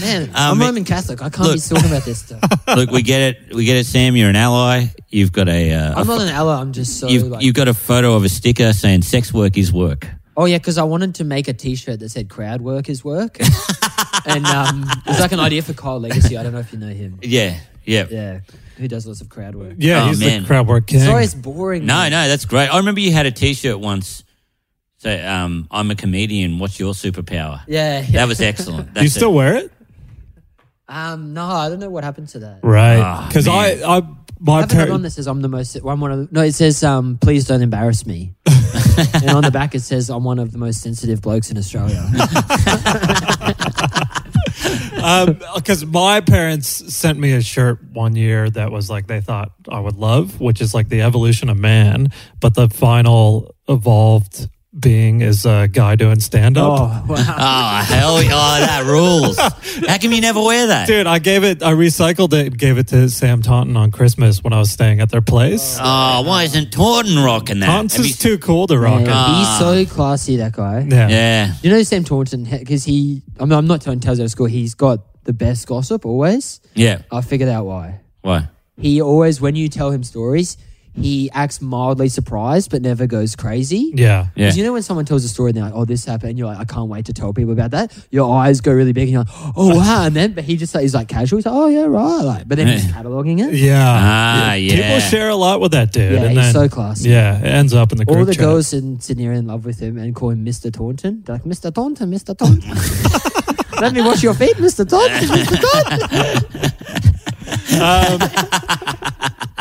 S4: Man, I'm
S3: it-
S4: Roman Catholic. I can't be
S3: Um, Look.
S4: talking about this stuff.
S3: Look, we get it. We get it, Sam. You're an ally. You've got a. Uh,
S4: I'm not an ally. I'm just so
S3: you've,
S4: like.
S3: you've got a photo of a sticker saying sex work is work.
S4: Oh yeah, because I wanted to make a T-shirt that said "Crowd work is work," and um, it was like an idea for Kyle Legacy. I don't know if you know him.
S3: Yeah. Yeah.
S4: Yeah, who does lots of crowd work?
S2: Yeah,
S3: Oh,
S2: he's
S3: man.
S2: the crowd work king.
S4: Sorry, it's boring.
S3: No,
S4: man.
S3: no, that's great. I remember you had a T-shirt once. Say, um, I'm a comedian. What's your superpower?
S4: Yeah, yeah.
S3: That was
S2: Do
S3: excellent. That's
S2: you still
S3: it.
S2: wear it?
S4: Um, no, I don't know what happened to that.
S2: Right.
S3: Ah,
S2: Because
S3: man.
S2: I, I,
S4: I
S2: my
S4: have another one
S2: parents.
S4: that says I'm the most. I'm one of. No, it says um, please don't embarrass me. and on the back it says I'm one of the most sensitive blokes in Australia.
S2: Because um, my parents sent me a shirt one year that was like they thought I would love, which is like the evolution of man, but the final evolved being is a guy doing stand up.
S5: Oh, wow.
S3: Oh, hell. Oh, that rules. How come you never wear that?
S2: Dude, I gave it, I recycled it, gave it to Sam Taunton on Christmas when I was staying at their place.
S3: Oh, why isn't Taunton rocking that?
S2: Taunton's
S3: Have
S2: is too cool to rock.
S4: Yeah,
S2: it.
S4: he's so classy, that guy.
S2: Yeah.
S3: you- yeah.
S4: You know Sam Taunton because he. I mean, I'm not telling tales out of school. He's got the best gossip always.
S3: Yeah.
S4: I figured out why.
S3: Why?
S4: He always, when you tell him stories, he acts mildly surprised but never goes crazy.
S2: Yeah.
S3: Yeah.
S4: 'Cause you know when someone tells a story and they're like, "Oh, this happened," and you're like, "I can't wait to tell people about that." Your eyes go really big, and you're like, "Oh wow!" And then, but he just like he's like casual. He's like, "Oh yeah, right." Like, but then he's
S3: Yeah.
S4: cataloging it.
S2: Yeah.
S3: Ah, yeah.
S2: People share a lot with that dude.
S4: Yeah,
S2: and
S4: he's
S2: then-
S4: so classy.
S2: Yeah. It ends up in the group
S4: All the
S2: chat.
S4: girls in Sydney are in love with him and call him Mr. Taunton. They're like, Mr. Taunton, Mr. Taunton. Let me wash your feet, Mr. Taunton, Mr. Taunton.
S2: Um,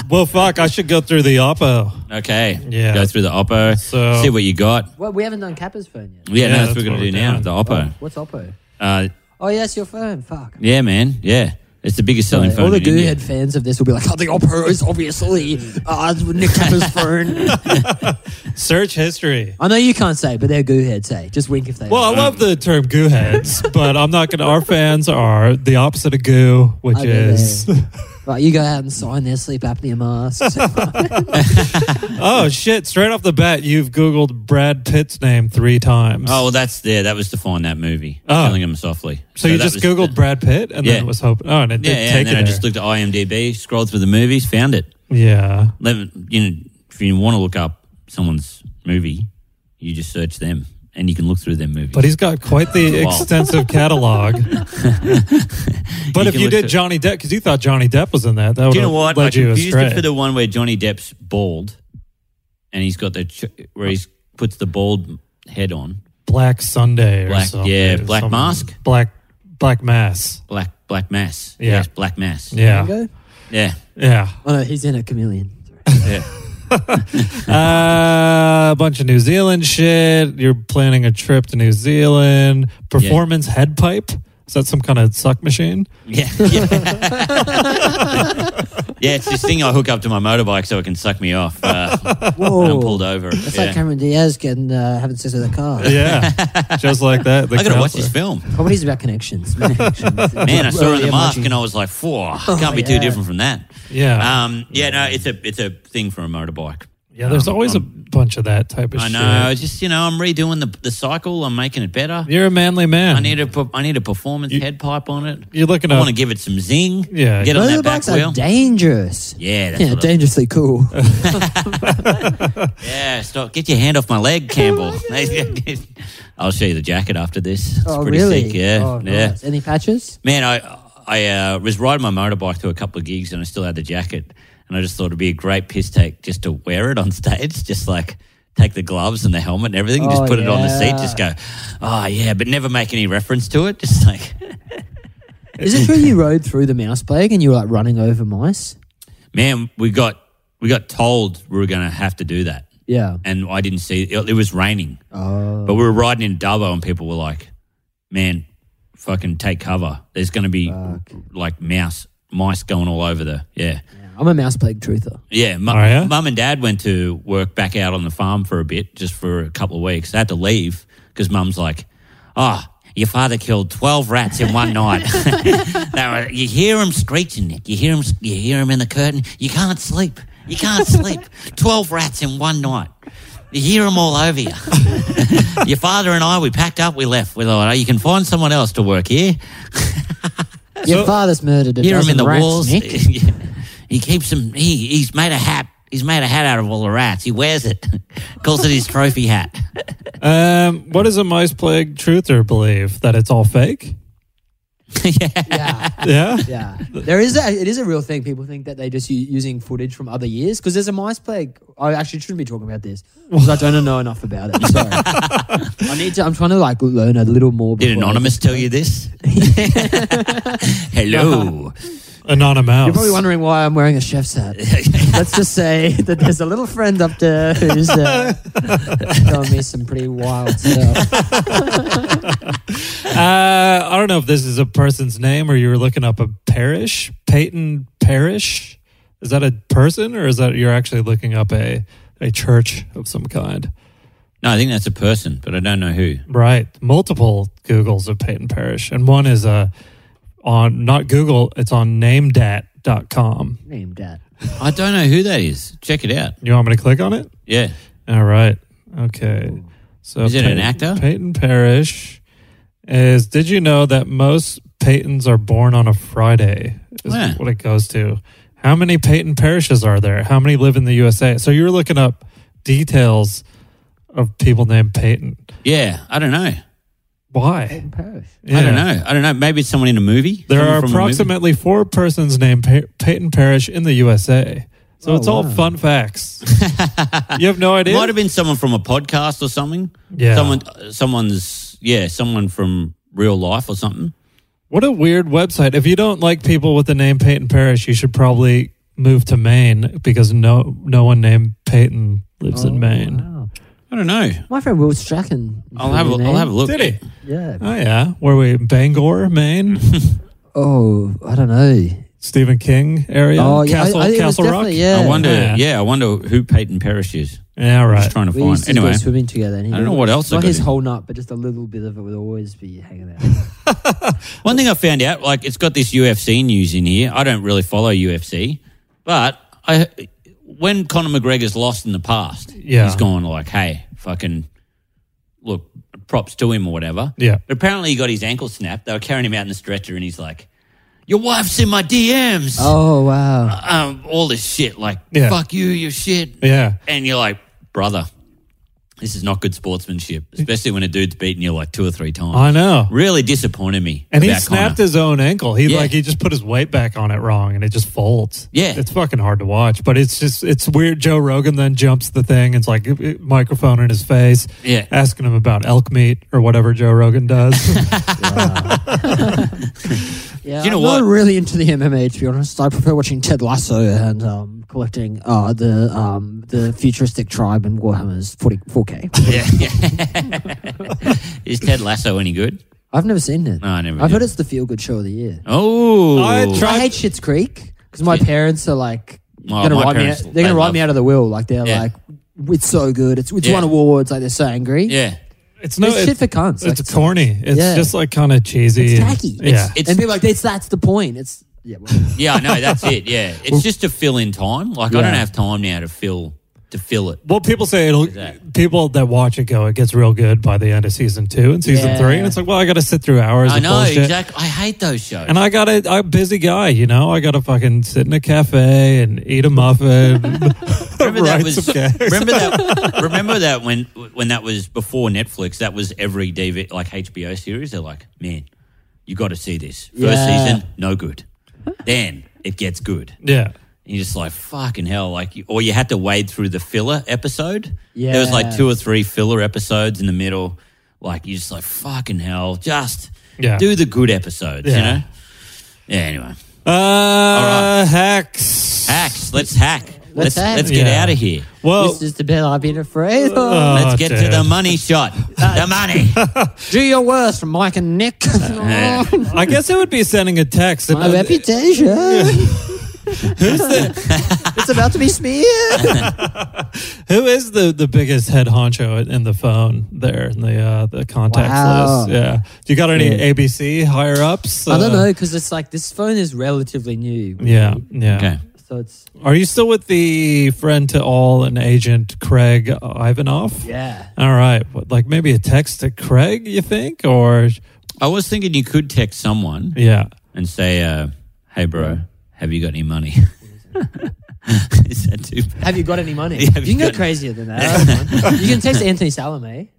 S2: well, fuck, I should go through the Oppo.
S3: Okay.
S2: Yeah.
S3: Go through the Oppo.
S2: So-
S3: see what you got.
S4: Well, we haven't done Kappa's phone yet.
S3: Yeah,
S2: Yeah,
S3: no, that's,
S2: that's
S3: what we're
S2: what
S3: gonna do
S2: we're
S3: now.
S2: doing.
S3: The Oppo.
S4: What's Oppo?
S3: Uh,
S4: Oh, yeah, it's your phone. Fuck.
S3: yeah, man. Yeah, it's the biggest selling phone.
S4: All oh, the
S3: in India.
S4: goohead fans of this will be like, oh, the Oppo is obviously uh, Nick Kappa's phone.
S2: Search history.
S4: I know you can't say, but they're gooheads, say. Just wink if they
S2: Well, I
S3: Um,
S4: are.
S2: love the term goo heads, but I'm not going to. Our fans are the opposite of goo, which
S4: Okay,
S2: is.
S4: Right, you go out and sign their sleep apnea masks.
S2: oh, shit. Straight off the bat, you've Googled Brad Pitt's name three times.
S3: Oh, well, that's there. That was to find that movie.
S2: Oh.
S3: Killing him softly.
S2: so, you
S3: that
S2: just
S3: was
S2: Googled
S3: the-
S2: Brad Pitt and
S3: Yeah.
S2: then it was hoping. Oh, and it
S3: yeah,
S2: did
S3: yeah.
S2: take
S3: And then
S2: it.
S3: I just looked at IMDb, scrolled through the movies, found it.
S2: yeah.
S3: Let- You know, if you want to look up someone's movie, you just search them, and you can look through their movies.
S2: But he's got quite the
S3: Wow.
S2: extensive catalog. but
S3: You
S2: if
S3: can
S2: you
S3: look
S2: did
S3: at-
S2: Johnny Depp, because you thought Johnny Depp was in that, that would
S3: Do you know what? I
S2: led you
S3: confused
S2: astray.
S3: it for the one where Johnny Depp's bald, and he's got the ch- where he's puts the bald head on
S2: Black Sunday or
S3: Black-
S2: something.
S3: yeah,
S2: or
S3: Black
S2: something.
S3: Mask?
S2: Black Black Mass.
S3: black black mass.
S2: Yeah.
S3: Yes, black mass.
S2: Yeah.
S4: oh,
S3: yeah,
S2: Yeah.
S4: no, he's in a chameleon.
S3: yeah.
S2: Uh, a bunch of New Zealand shit. You're planning a trip to New Zealand. Performance head pipe. Is that some kind of suck machine?
S3: Yeah. Yeah. yeah, it's this thing I hook up to my motorbike so it can suck me off uh, when I'm
S4: Whoa.
S3: pulled over.
S4: It's
S3: Yeah.
S4: Oh. like Cameron Diaz getting uh, having sex with a car.
S2: Yeah. Just like that. The
S3: I gotta watch
S2: counselor.
S3: this film.
S4: Comedy's about connections. Man,
S3: Man, I
S4: I
S3: saw her in the mask and I was like, "Whoa, can't be
S4: yeah.
S3: too different from that."
S2: Oh, Yeah.
S3: Um, yeah, no, it's a it's a thing for a motorbike.
S2: yeah, there's
S3: um,
S2: always a bunch of that type of
S3: I
S2: shit.
S3: know. Just you know, I'm redoing the the cycle. I'm making it better.
S2: You're a manly man.
S3: I need a per- I need a performance head pipe on it.
S2: You're looking
S3: I
S2: up-
S3: want to give it some zing.
S2: Yeah.
S3: get on that back
S4: Motorbikes
S3: wheel.
S4: are dangerous.
S3: yeah, that's
S4: Yeah,
S3: what I-
S4: dangerously cool.
S3: Yeah, stop. Get your hand off my leg, Campbell. I'll show you the jacket after this. It's
S4: oh,
S3: pretty
S4: really?
S3: sick. Yeah.
S4: Oh,
S3: yeah.
S4: nice. Any patches?
S3: Man, I I uh, was riding my motorbike to a couple of gigs and I still had the jacket. And I just thought it'd be a great piss take just to wear it on stage. Just like take the gloves and the helmet and everything. and
S4: Oh,
S3: just put it on the seat.
S4: yeah.
S3: Just go, oh, yeah, but never make any reference to it. Just like,
S4: Is it true you rode through the mouse plague and you were like running over mice?
S3: man, we got, we got told we were going to have to do that.
S4: Yeah.
S3: and I didn't see it. It was raining.
S4: Oh.
S3: But we were riding in Dubbo and people were like, man, fucking take cover. There's going to be like mouse, mice going all over the. Yeah.
S4: I'm a mouse plague truther.
S3: Yeah. Mu-
S2: Are ya?
S3: Mum and dad went to work back out on the farm for a bit, just for a couple of weeks. They had to leave because mum's like, oh, your father killed 12 rats in one night. They were- you hear them screeching, Nick. You hear them, you hear 'em in the curtain. You can't sleep. You can't sleep. 12 rats in one night. You hear them all over you. your father and I, we packed up, we left. We thought, oh, you can find someone else to work here.
S4: Your father's murdered a
S3: Hear him
S4: dozen
S3: in the
S4: rats,
S3: walls.
S4: Nick.
S3: Yeah. he keeps them. He, he's made a hat. He's made a hat out of all the rats. He wears it. Calls it his trophy hat.
S2: Um, what does a mice plague truther believe? That it's all fake?
S4: Yeah.
S2: Yeah.
S4: Yeah, there is. A, it is a real thing. People think that they just u- using footage from other years because there's a mice plague. I actually shouldn't be talking about this because I don't know enough about it. I'm sorry. I need to. I'm trying to like learn a little more.
S3: Did
S4: before I-
S3: anonymous tell you this? Hello.
S2: Anonymous.
S4: You're probably wondering why I'm wearing a chef's hat. Let's just say that there's a little friend up there who's uh, telling me some pretty wild stuff.
S2: Uh, I don't know if this is a person's name or you were looking up a parish. Peyton Parish. Is that a person or is that you're actually looking up a, a church of some kind?
S3: No, I think that's a person, but I don't know who.
S2: Right. Multiple Googles of Peyton Parrish. And one is uh, on not Google, it's on namedat.com.
S4: Named that.
S3: I don't know who that is. Check it out.
S2: You want me to click on it?
S3: Yeah.
S2: All right. Okay. So
S3: Is it an actor?
S2: Peyton Parrish is. Did you know that most Peytons are born on a Friday? Is
S3: Yeah.
S2: what it goes to. How many Peyton Parishes are there? How many live in the USA? So you were looking up details of people named Peyton.
S3: Yeah. I don't know.
S2: Why?
S4: Paris.
S3: I
S2: Yeah.
S3: don't know. I don't know. Maybe it's someone in a movie.
S2: There
S3: Someone
S2: are
S3: from a movie.
S2: approximately four persons named pa- Peyton Parish in the USA. So
S4: Oh,
S2: it's all
S4: wow.
S2: fun facts. you have no idea.
S3: Might have been someone from a podcast or something.
S2: Yeah.
S3: Someone, uh, someone's, yeah, someone from real life or something.
S2: What a weird website. If you don't like people with the name Peyton Parrish, you should probably move to Maine because no no one named Peyton lives
S4: Oh,
S2: in Maine.
S4: Wow.
S3: I don't know.
S4: My friend Will Strachan.
S3: I'll have a, I'll have a look.
S2: Did he?
S4: Yeah.
S2: Oh yeah. Were we Bangor, Maine?
S4: Oh, I don't know.
S2: Stephen King area?
S4: Oh, yeah, I-
S2: Castle
S4: I- it was
S2: Castle Rock?
S4: definitely- yeah.
S3: I wonder.
S2: Yeah.
S3: Yeah. I wonder who Peyton Parrish is.
S2: Yeah,
S3: I'm
S2: right.
S3: just trying to
S4: We
S3: find.
S4: used to
S3: Anyway,
S4: go swimming together. And he
S3: I don't know
S4: did-
S3: what else I
S4: Not
S3: got
S4: his
S3: in.
S4: whole nut, but just a little bit of it would always be hanging out.
S3: one thing I found out, like it's got this UFC news in here. I don't really follow UFC, but I when Conor McGregor's lost in the past,
S2: Yeah.
S3: he's gone like, hey, fucking look, props to him or whatever.
S2: Yeah.
S3: But apparently he got his ankle snapped. They were carrying him out in the stretcher, and he's like, "Your wife's in my DMs."
S4: oh wow!
S3: Um, all this shit, like,
S2: Yeah.
S3: fuck you, your shit.
S2: Yeah.
S3: and you're like, brother, this is not good sportsmanship, especially when a dude's beaten you like two or three times.
S2: I know.
S3: really disappointed me.
S2: And he
S3: about
S2: snapped
S3: Connor.
S2: his own ankle. He
S3: Yeah.
S2: like he just put his weight back on it wrong, and it just folds.
S3: Yeah.
S2: it's fucking hard to watch, but it's just it's weird. Joe Rogan then jumps the thing. It's like a- a microphone in his face.
S3: Yeah.
S2: asking him about elk meat or whatever Joe Rogan does.
S4: Yeah,
S3: you know
S4: I'm
S3: what?
S4: Not really into the MMA to be honest. I prefer watching Ted Lasso and um, collecting uh, the um, the futuristic tribe in Warhammer's 44 k.
S3: Is Ted Lasso any good?
S4: I've never seen it.
S3: No, I never
S4: I've
S3: did.
S4: heard it's the feel good show of the year.
S3: Oh,
S2: I tried-
S4: I hate Shit's Creek because my parents are like
S3: Well,
S4: gonna
S3: my
S4: write me. Out,
S3: parents-
S4: they're gonna
S3: they
S4: write
S3: love-
S4: me out of the will. Like they're
S3: Yeah.
S4: like, it's so good. It's it's
S3: Yeah.
S4: won awards. Like they're so angry.
S3: yeah.
S2: it's no
S4: It's
S2: it-
S4: shit for cunts, like-
S2: It's corny. It's
S4: Yeah.
S2: just like kind of cheesy.
S4: It's
S2: and-
S4: tacky.
S2: Yeah,
S3: It's-
S4: and people are like that's that's the point. It's yeah. Well,
S3: Yeah, I know. That's it. Yeah. It's just to fill in time. Like, I
S4: Yeah.
S3: don't have time now to fill to fill it.
S2: well, people say it'll.
S3: Exactly.
S2: People that watch it go, it gets real good by the end of season two and season
S4: Yeah.
S2: three, and it's like, well, I got to sit through hours.
S3: I
S2: of
S3: know.
S2: bullshit.
S3: Exactly. I hate those shows.
S2: And I got to I'm a busy guy, you know. I got to fucking sit in a cafe and eat a muffin.
S3: remember
S2: write
S3: that was
S2: some gags.
S3: remember that remember that when when that was before Netflix that was every DV like HBO series they're like man you got to see this first
S4: Yeah.
S3: season no good then it gets good and
S2: yeah.
S3: you're just like fucking hell like you, or you had to wade through the filler episode there was
S4: Yeah.
S3: like two or three filler episodes in the middle like you're just like fucking hell just
S2: Yeah.
S3: do the good episodes you
S2: Yeah.
S3: know yeah anyway
S2: Uh
S3: right.
S2: hacks.
S3: hacks let's hack let's let's,
S4: hack.
S3: get
S2: Yeah.
S3: out of here
S2: Well,
S4: this is the bit I've been afraid of.
S2: Oh,
S3: Let's get to
S2: dude.
S3: the money shot. the money.
S4: Do your worst from Mike and Nick.
S2: Uh,
S3: Yeah.
S2: I guess it would be sending a text.
S4: My reputation. it's about to be
S2: Uh.
S4: smeared.
S2: Who is the, the biggest head honcho in the phone there in the uh, the contacts
S4: Wow.
S2: list? Yeah. Do you got any
S3: Hmm.
S2: ABC higher ups? Uh,
S4: I don't know because it's like this phone is relatively new.
S2: Yeah. Yeah.
S3: Okay.
S4: So it's
S2: Are you still with the friend to all and agent Craig Ivanov?
S4: yeah.
S2: All right. What, like maybe a text to Craig, you think? Or,
S3: I was thinking you could text someone
S2: yeah.
S3: and say, uh, "Hey, bro, have you got any money?" Is that too bad?
S4: Have you got any money?
S3: Yeah, have
S4: you can go
S3: you got-
S4: crazier than that. you can text Anthony Salome.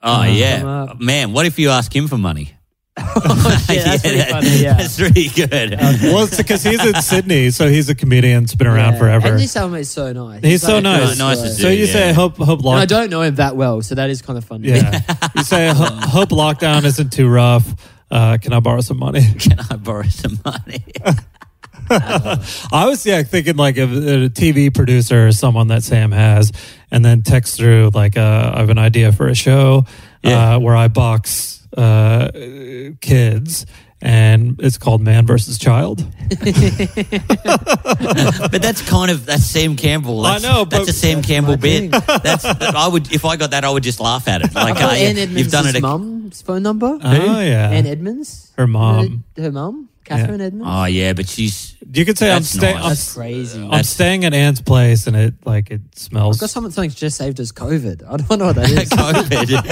S3: Oh yeah,
S4: up.
S3: man. What if you ask him for money?
S4: Yeah, that's pretty
S3: that-
S4: funny. Yeah.
S3: that's really good.
S2: Well, it's because he's in Sydney, so he's a comedian. It's been around
S4: Yeah.
S2: forever.
S4: Anthony
S2: He's,
S4: Salome is so nice.
S2: so
S4: like-
S2: nice.
S3: nice to
S2: so
S3: see,
S2: you
S3: yeah.
S2: say hope hope
S4: And I
S2: lockdown.
S4: don't know him that well, so that is kind of funny.
S2: Yeah. you say "Ho- hope lockdown isn't too rough. Uh, can I borrow some money?
S3: Can I borrow some money?
S2: I was yeah thinking like of uh, a TV producer or someone that Sam has, and then text through like uh, I have an idea for a show
S3: Yeah.
S2: uh, where I box uh, kids, and it's called Man versus Child.
S3: But that's kind of that's Sam Campbell.
S2: I
S3: That's,
S2: know, but-
S3: that's a Sam Campbell bit.
S4: thing.
S3: That's that I would if I got that I would just laugh at it. Like uh,
S4: Anne
S3: yeah,
S4: Edmonds'
S3: you've done it. A,
S4: mum's phone number.
S2: Oh yeah,
S4: Anne Edmonds.
S2: her mom.
S4: Her, her mum, Catherine Edmonds.
S3: oh yeah, but she's
S2: You could say I'm,
S3: That's
S2: sta-
S3: nice.
S2: I'm,
S4: That's crazy.
S2: I'm staying at Anne's place, and it like it smells.
S4: I've got someone, something's just saved as COVID. I don't know what that is.
S3: COVID.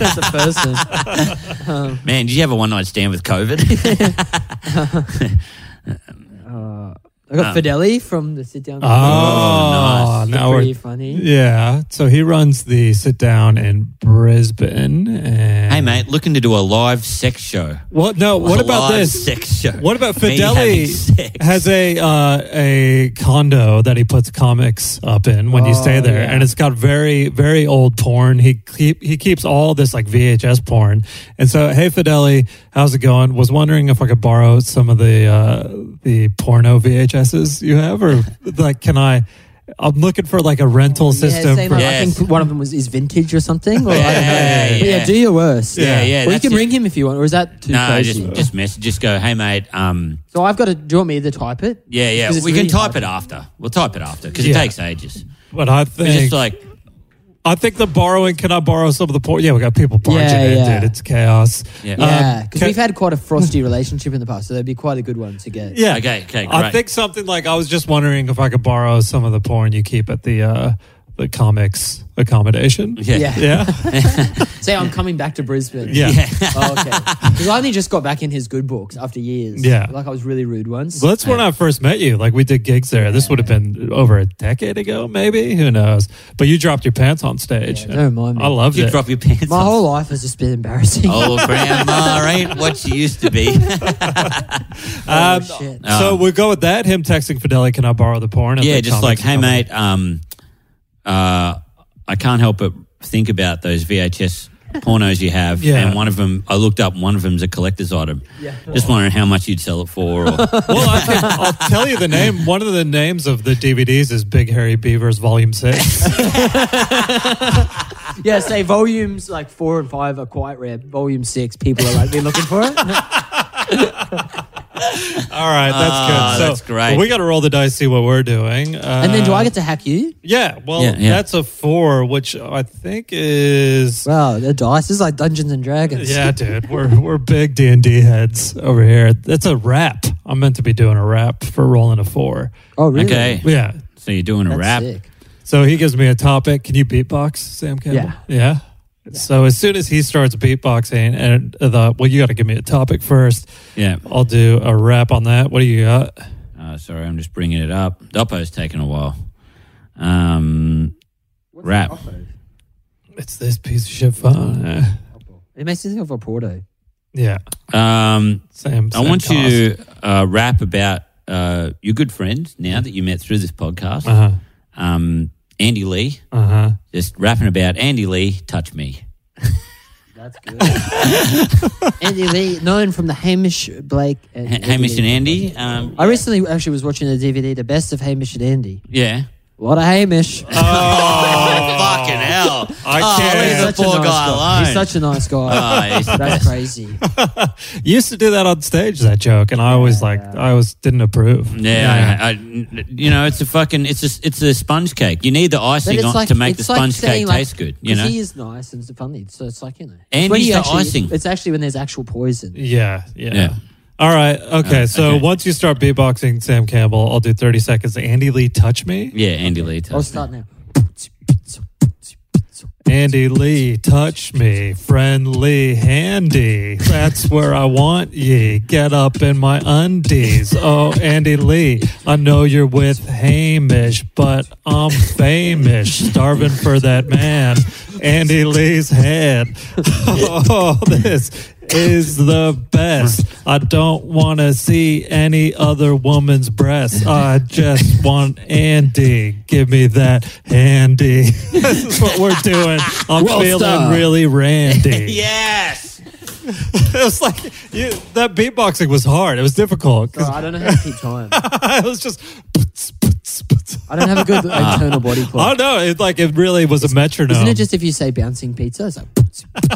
S4: That's a person.
S3: Man, did you have a one night stand with COVID?
S4: I got Fideli from the sit down.
S2: Oh,
S3: nice.
S2: now
S4: pretty
S2: we're
S4: funny.
S2: yeah. So he runs the sit down in Brisbane. And
S3: hey mate, looking to do a live sex show.
S2: what? No, what
S3: A
S2: about
S3: live
S2: this?
S3: sex show?
S2: What about
S3: Me having
S2: Fideli
S3: sex.
S2: has a uh, a condo that he puts comics up in when you
S3: Oh,
S2: stay there, and it's got very very old porn. He keep, he keeps all this like VHS porn, and so hey Fideli, how's it going? Was wondering if I could borrow some of the uh, the porno VHSs you have, or like can I? I'm looking for like a rental
S4: Yeah,
S2: system.
S4: same,
S2: for,
S4: I- I
S3: Yes.
S4: think one of them was is vintage or something. Or I don't know.
S3: Yeah,
S4: But
S3: yeah.
S4: yeah, do your worst.
S2: Yeah, yeah,
S4: Or you
S3: that's
S4: can
S3: it.
S4: ring him if you want, or is that too
S3: No,
S4: crazy?
S3: just just message. Just go. Hey mate. Um.
S4: so I've got to. Do you want me to type it?
S3: Yeah, yeah.
S4: 'Cause
S3: We
S4: it's
S3: can
S4: really
S3: type
S4: hard.
S3: it after. We'll type it after because
S2: Yeah.
S3: it takes ages.
S2: but I
S3: It's
S2: think
S3: just like
S2: I think the borrowing. Can I borrow some of the porn? Yeah, we got people barging
S4: Yeah,
S2: in,
S4: yeah.
S2: dude. It's chaos.
S3: Yeah.
S2: Um,
S4: Yeah, because
S2: can-
S4: we've had quite a frosty relationship in the past, so that'd be quite a good one to get.
S2: Yeah.
S3: Okay, okay,
S2: I
S3: great.
S2: think something like I was just wondering if I could borrow some of the porn you keep at the uh, the comics accommodation.
S3: yeah.
S4: Yeah.
S2: Yeah.
S4: Say I'm coming back to Brisbane.
S2: Yeah.
S4: Oh, okay. Because I only just got back in his good books after years.
S2: Yeah.
S4: Like I was really rude once.
S2: Well, that's when I first met you. Like we did gigs there. This would have been over a decade ago, maybe. Who knows? But you dropped your pants on stage.
S4: Yeah, don't mind me.
S2: I loved
S3: You
S2: it.
S3: drop your pants.
S4: My
S3: on-
S4: whole life has just been embarrassing.
S3: Oh, grandma ain't what she used to be.
S2: Um,
S4: shit.
S2: so
S3: Um,
S2: we'll go with that. Him texting Fideli, can I borrow the porn? at
S3: yeah,
S2: the
S3: just like,
S2: comics
S3: hey,
S2: accommodation?"
S3: mate, um, uh, I can't help but think about those VHS pornos you have.
S2: Yeah.
S3: And one of them, I looked up, one of them's a collector's item.
S4: Yeah.
S3: Just wondering how much you'd sell it for. Or,
S2: Well, I can, I'll tell you the name. One of the names of the DVDs is Big Hairy Beavers Volume Six.
S4: Yeah, say volumes like four and five are quite rare. Volume six, people are like, they're looking for it.
S2: All right, that's
S3: Ah,
S2: good. So
S3: that's great.
S2: We got to roll the dice, see what we're doing, uh,
S4: And then do I get to hack you?
S2: Yeah, well,
S3: Yeah, yeah.
S2: that's a four, which I think is.
S4: Wow, the dice is like Dungeons and Dragons.
S2: Yeah, dude, we're we're big D and D heads over here. That's a rap. I'm meant to be doing a rap for rolling a four.
S4: Oh, really?
S3: okay.
S2: Yeah.
S3: So you're doing a
S4: That's
S3: rap.
S4: sick.
S2: So he gives me a topic. Can you beatbox, Sam Campbell? Yeah. Yeah. So as soon as he starts beatboxing, and the well, you got to give me a topic first.
S3: Yeah.
S2: I'll do a rap on that. What do you got?
S3: Uh, sorry, I'm just bringing it up. Doppo's taken a while. Um, rap.
S2: It's this piece of shit phone. Eh.
S4: It makes me think of a Porto.
S2: Yeah.
S3: Um,
S2: Sam.
S3: I
S2: Sam
S3: want
S2: cost.
S3: you to uh, rap about uh, your good friend now that you met through this podcast,
S2: Uh-huh.
S3: um, Andy Lee.
S2: Uh-huh.
S3: Just rapping about Andy Lee, touch me.
S4: That's good. Andy Lee, known from the Hamish Blake and
S3: H- Hamish and Andy. Um,
S4: I recently actually was watching the DVD, The Best of Hamish and Andy.
S3: yeah.
S4: What a Hamish.
S2: Oh,
S3: Oh, Fucking hell.
S2: I
S3: Oh,
S2: can't.
S3: leave the poor guy alone.
S4: He's such a nice guy.
S3: Oh, he's the
S4: That's crazy.
S2: You used to do that on stage, that joke, and I always like, I always didn't approve.
S3: Yeah, I, I, you know, it's a fucking, it's a, it's a sponge cake. You need the icing on, to make the
S4: it's like
S3: sponge
S4: saying,
S3: cake
S4: like,
S3: taste good. You
S4: 'cause
S3: know,
S4: he is nice and funny, so it's like you know. it's
S3: Andy's
S4: when you
S3: the
S4: actually-
S3: icing.
S4: It's actually when there's actual poison.
S2: Yeah, yeah.
S3: Yeah. Uh,
S2: All right. Okay. so
S3: okay.
S2: once you start beatboxing, Sam Campbell, I'll do 30 seconds. Andy Lee, touch me.
S3: yeah, Andy Lee.
S4: I'll
S3: Touch me.
S4: start now.
S2: Andy Lee, touch me. Friendly, handy. That's where I want ye. Get up in my undies. Oh, Andy Lee, I know you're with Hamish, but I'm famish. Starving for that man. Andy Lee's head. Oh, this is the best. I don't want to see any other woman's breasts. I just want Andy. Give me that handy. this is what we're doing. I'm
S4: Well
S2: feeling
S4: done.
S2: really randy.
S3: Yes.
S2: It was like you, that beatboxing was hard. It was difficult. 'cause
S4: Sorry, I don't know how to keep time.
S2: I was just. puts, puts, puts.
S4: I don't have a good
S3: Ah.
S4: internal body
S2: I
S4: clock.
S2: don't know. It like it really was a metronome.
S4: Isn't it just if you say bouncing pizza? It's like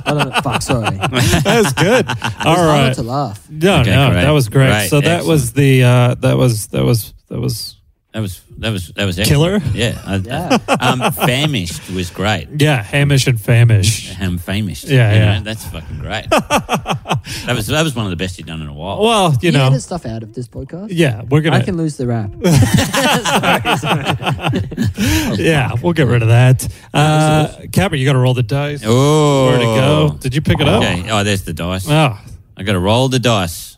S4: I don't know. Fuck, sorry. I was
S2: That's good. All
S4: hard
S2: right.
S4: to laugh.
S2: No,
S3: Okay,
S2: no,
S3: great.
S2: that was great.
S3: Great,
S2: So that was the uh, that was that was that was
S3: That was that was that was
S2: Killer?
S3: excellent. Yeah, I-
S4: Yeah.
S3: um, famished was great.
S2: yeah, Hamish and Famish.
S3: I'm famished.
S2: Yeah,
S3: You
S2: yeah.
S3: know, that's fucking great. that was that was one of the best you've done in a while.
S2: Well, you
S4: You
S2: know,
S4: edit stuff out of this podcast.
S2: yeah, we're
S4: I
S2: gonna
S4: can lose the rap.
S2: yeah, we'll get rid of that. Uh, Capper, you got to roll the dice.
S3: oh,
S2: Where to go? Did you pick it up?
S3: Okay. Oh, there's the dice.
S2: Oh,
S3: I got to roll the dice.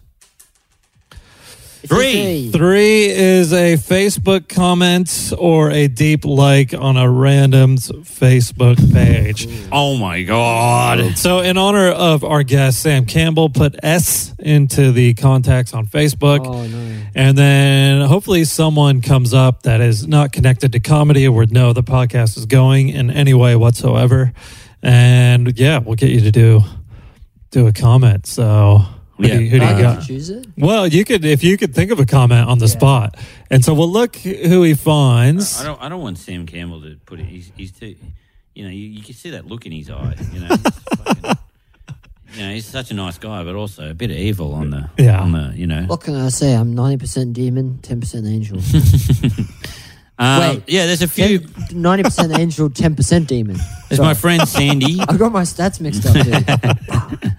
S3: Three.
S2: three is a Facebook comment or a deep like on a random's Facebook page.
S3: Oh my god.
S2: So, in honor of our guest Sam Campbell, put S into the contacts on Facebook.
S4: Oh, no.
S2: And then hopefully someone comes up that is not connected to comedy or would know the podcast is going in any way whatsoever. And yeah, we'll get you to do do a comment. So who
S3: Yeah. uh,
S2: do you, who do you
S4: I get to
S2: got?
S4: choose it.
S2: Well, you could if you could think of a comment on the spot. And so we'll look who he finds.
S3: I don't. I don't want Sam Campbell to put it. He's, he's too. You know, you, you can see that look in his eye. You know. He's fucking- You know, he's such a nice guy, but also a bit of evil on the,
S2: Yeah.
S3: on the, you know.
S4: What can I say? I'm 90% demon, 10% angel.
S3: Um,
S4: Wait.
S3: yeah, there's a few.
S4: 90% angel, 10% demon.
S3: There's my friend Sandy.
S4: I got my stats mixed up. Dude.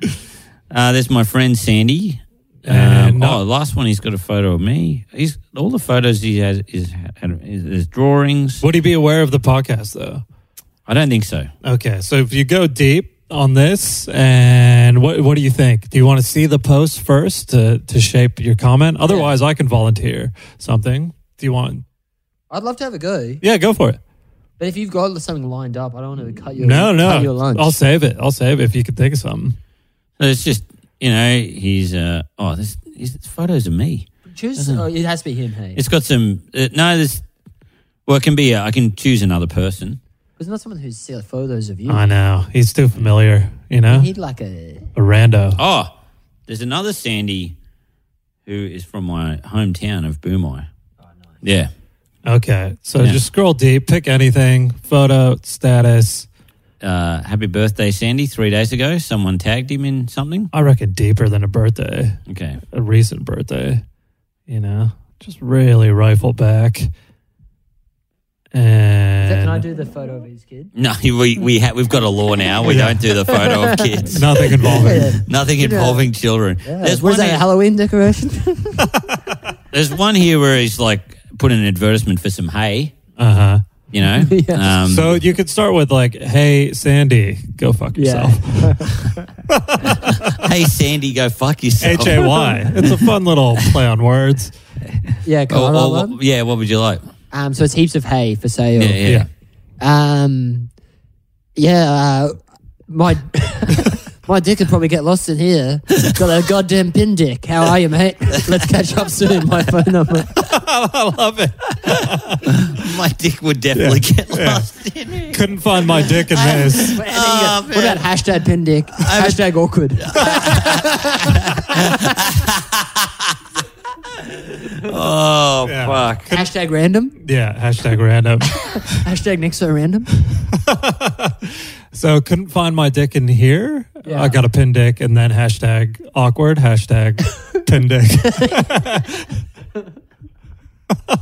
S3: Uh, there's my friend Sandy. Um,
S2: And
S3: oh, last one. He's got a photo of me. He's all the photos he has is, is, is drawings.
S2: Would he be aware of the podcast though?
S3: I don't think so.
S2: Okay, so if you go deep on this, and what what do you think? Do you want to see the post first to to shape your comment? Otherwise, I can volunteer something. Do you want?
S4: I'd love to have a go,
S2: Yeah, go for it.
S4: but if you've got something lined up, I don't want to cut your
S2: No, no,
S4: cut your lunch.
S2: I'll save it. I'll save it if you could think of something.
S3: So it's just you know he's uh, oh this is photos of me.
S4: choose. Oh, it has to be him. Hey,
S3: Uh-huh. It's got some uh, no this. Well, it can be. Uh, I can choose another person.
S4: it's not someone who's seen photos of you.
S2: I know he's too familiar. You know,
S4: He'd like a.
S2: a rando.
S3: Oh, there's another Sandy, who is from my hometown of Boomai. Yeah,
S2: Okay, so
S3: Yeah.
S2: just scroll deep, pick anything, photo, status.
S3: uh, happy birthday, Sandy. Three days ago, someone tagged him in something.
S2: I reckon deeper than a birthday.
S3: Okay.
S2: a recent birthday, you know, just really rifle back. And
S4: Can I do the photo of his kid?
S3: No, we we ha- we've got a law now. We
S2: Yeah.
S3: don't do the photo of kids.
S2: nothing involving?
S3: Nothing involving children. There's
S4: what is
S3: one.
S4: that? A
S3: here-
S4: Halloween decoration?
S3: there's one here where he's like put an advertisement for some hay.
S2: Uh huh.
S3: You know.
S4: Yeah.
S3: um,
S2: So you could start with like, "Hey Sandy, go fuck yourself."
S3: hey, Sandy, go fuck yourself.
S2: H A Y. It's a fun little play on words.
S4: yeah, come
S3: Or-
S4: on,
S3: or
S4: I'll
S3: what-
S4: one.
S3: yeah. What would you like?
S4: Um, so it's heaps of hay for sale.
S3: Yeah. Yeah.
S2: Yeah.
S4: Um, yeah, uh, my my dick could probably get lost in here. Got a goddamn pin dick. How are you, mate? Let's catch up soon. My phone number.
S2: I love it.
S3: My dick would definitely get lost in it.
S2: Couldn't find my dick in this.
S4: And then you go, what about hashtag pin dick? hashtag awkward.
S3: Oh
S2: Yeah.
S3: fuck.
S4: hashtag random.
S2: Yeah. Hashtag random.
S4: Hashtag next so random.
S2: So couldn't find my dick in here.
S4: Yeah.
S2: I got a pin dick, and then hashtag awkward. Hashtag pin dick.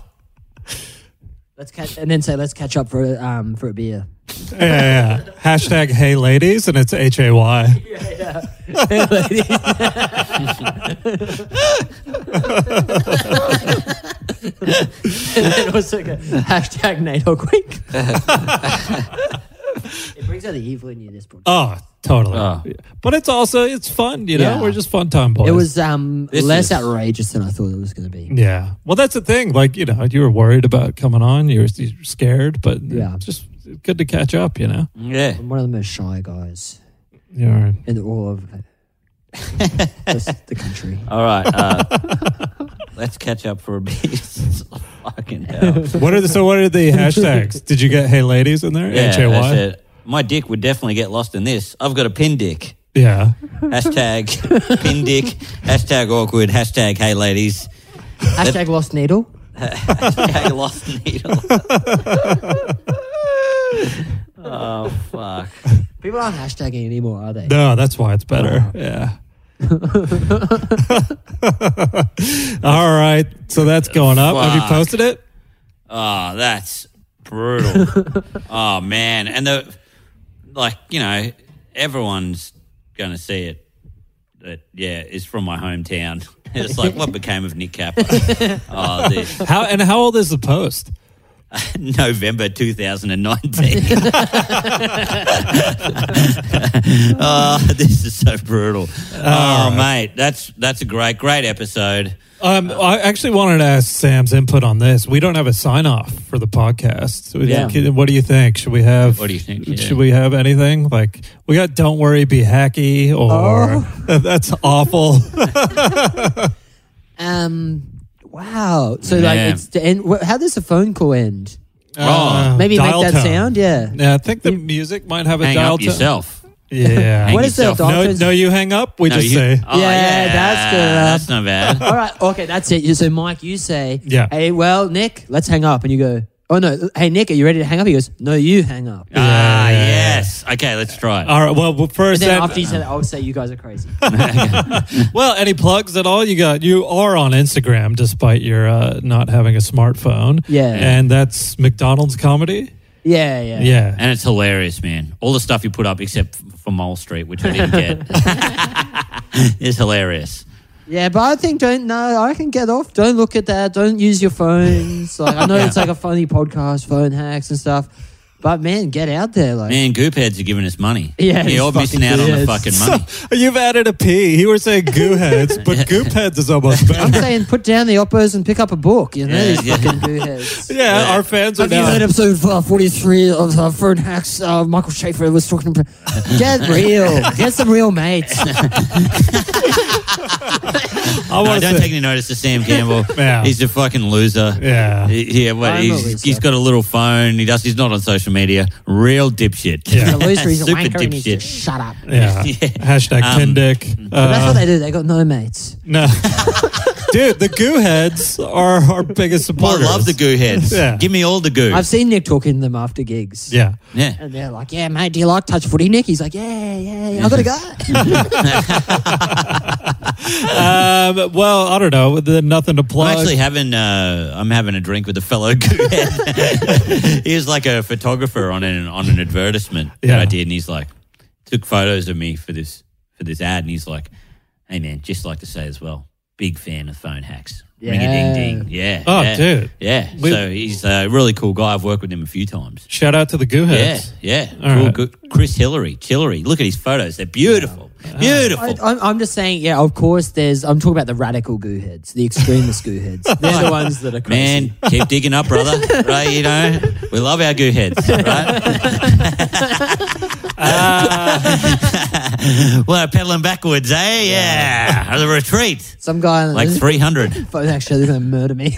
S4: Let's catch and then say let's catch up for a, um for a beer.
S2: yeah, yeah. Hashtag hey ladies, and it's H A Y.
S4: and then also go, hashtag NATO quick. it brings out the evil in you. This book.
S2: Oh, totally.
S3: Oh.
S2: But it's also it's fun, you know.
S4: Yeah.
S2: We're just fun time boys.
S4: It was um
S3: This
S4: less
S3: is-
S4: outrageous than I thought it was going to be.
S2: Yeah. Well, that's the thing. Like you know, you were worried about coming on. You were, you were scared, but
S4: Yeah.
S2: yeah, just good to catch up. You know.
S3: Yeah.
S4: I'm one of the most shy guys
S2: Yeah.
S4: in all of the country.
S3: All right. Uh, let's catch up for a bit. Fucking hell.
S2: What are the so? What are the hashtags? Did you get hey ladies in there? H A
S3: that's
S2: Y.
S3: it. My dick would definitely get lost in this. I've got a pin dick.
S2: Yeah.
S3: Hashtag pin dick. Hashtag awkward. Hashtag hey ladies.
S4: Hashtag lost needle.
S3: Hashtag lost needle. oh fuck.
S4: People aren't hashtagging anymore, are they?
S2: No, that's why it's better.
S3: Oh,
S2: Yeah. All right. So that's going up. Have you
S3: Fuck.
S2: posted it?
S3: Oh, that's brutal. oh man, and the like, you know, everyone's gonna see it. That yeah, it's from my hometown. It's like what became of Nick Capper? oh, this
S2: How and how old is the post?
S3: November 2019. oh, this is so brutal. Oh, mate, that's that's a great, great episode.
S2: Um, I actually wanted to ask Sam's input on this. We don't have a sign off for the podcast. So we-
S4: Yeah.
S2: can- What do you think? Should we have?
S3: What do you think? Yeah.
S2: Should we have anything like we got? Don't worry, be hacky, or
S4: Oh.
S2: that's awful.
S4: Um. Wow. So like,
S3: Yeah.
S4: it's to end. wh- How does a phone call end?
S3: Oh,
S4: Maybe make
S2: Uh, dial
S4: that
S2: tone.
S4: sound. Yeah.
S2: Yeah, I think the music might have a
S3: Hang
S2: dial
S3: up
S2: tone.
S3: yourself.
S2: Yeah.
S3: Hang
S4: What is the
S3: yourself.
S4: dial
S2: no,
S4: tone?
S2: no, you hang up. We
S3: No,
S2: just
S3: you-
S2: say
S3: Oh,
S4: Yeah, that's good enough.
S3: That's not bad.
S4: All right. Okay, that's it. You- So Mike, you say,
S2: Yeah.
S4: Hey, well, Nick, let's hang up. And you go, Oh no. Hey, Nick, are you ready to hang up? He goes, No, you hang up. And
S3: Ah,
S2: Yeah.
S3: yes. Okay, let's try it.
S2: All right. Well, well, first,
S4: then
S2: and-
S4: after you say that, I'll say you guys are crazy.
S2: well, any plugs at all? You got you are on Instagram despite your uh, not having a smartphone.
S4: Yeah.
S2: and that's McDonald's comedy.
S4: yeah, yeah.
S2: Yeah,
S3: And it's hilarious, man. All the stuff you put up except f- for Mole Street, which I didn't get, is hilarious.
S4: Yeah, but I think don't no, I can get off. Don't look at that. Don't use your phones. Like I know it's like a funny podcast, phone hacks and stuff. But man, get out there. Like
S3: Man, Goopheads are giving us money.
S4: Yeah, it's
S3: You're missing
S4: fucking
S3: out on the
S4: good.
S3: fucking money.
S2: You've added a P. You were saying goo heads, but goop heads is almost
S4: I'm
S2: better.
S4: saying put down the oppos and pick up a book, you know,
S3: Yeah,
S4: these
S3: yeah.
S4: fucking gooheads.
S2: yeah, our fans are
S4: Have you
S2: now.
S4: heard episode uh, 43 of uh, Phone Hacks? Uh, Michael Schaefer was talking about. Get real. Get some real mates.
S2: I
S3: No,
S2: want
S3: don't
S2: to
S3: take
S2: say,
S3: any notice of Sam Campbell.
S2: Yeah.
S3: He's a fucking loser.
S2: yeah,
S3: He- Yeah, well,
S4: I'm a
S3: he's,
S4: loser.
S3: he's got a little phone. He does. He's not on social media. Real dipshit.
S2: Yeah.
S4: The loser is a
S3: Super
S4: wanker and needs to
S3: dipshit.
S4: shut up.
S2: yeah.
S3: Yeah.
S2: Hashtag
S3: Um,
S2: Tindick.
S4: But that's what
S2: Uh,
S4: they do. They got no mates.
S2: no, dude, the goo heads are our biggest
S3: I
S2: supporters.
S3: love the goo heads.
S2: Yeah.
S3: Give me all the goo.
S4: I've seen Nick talking to them after gigs.
S2: Yeah,
S3: yeah.
S4: And they're like, yeah, mate, do you like touch footy, Nick? He's like, yeah, yeah, yeah. I got a guy.
S2: um, well, I don't know. The, nothing to plug.
S3: I'm actually having uh, I'm having a drink with a fellow goo head. he was like a photographer on an on an advertisement
S2: Yeah.
S3: that I did, and he's like took photos of me for this for this ad, and he's like, "Hey man, just like to say as well, big fan of phone hacks. Ring a ding ding, yeah.
S2: Oh,
S3: yeah,
S2: dude.
S3: yeah.
S2: We-
S3: so he's a really cool guy. I've worked with him a few times.
S2: Shout out to the goo
S3: Yeah,
S2: heads.
S3: yeah.
S2: All
S3: Cool,
S2: right.
S3: good. Chris Hillary, Chillery. Look at his photos; they're beautiful, beautiful.
S4: I, I'm, I'm just saying, yeah, of course, there's. I'm talking about the radical goo heads, the extremist goo heads. They're the ones that are crazy.
S3: Man, keep digging up, brother. Right, you know, we love our goo heads, right? well, pedaling backwards, eh? Yeah, the retreat,
S4: Some guy on
S3: like three hundred.
S4: phone actually, they're going to murder me.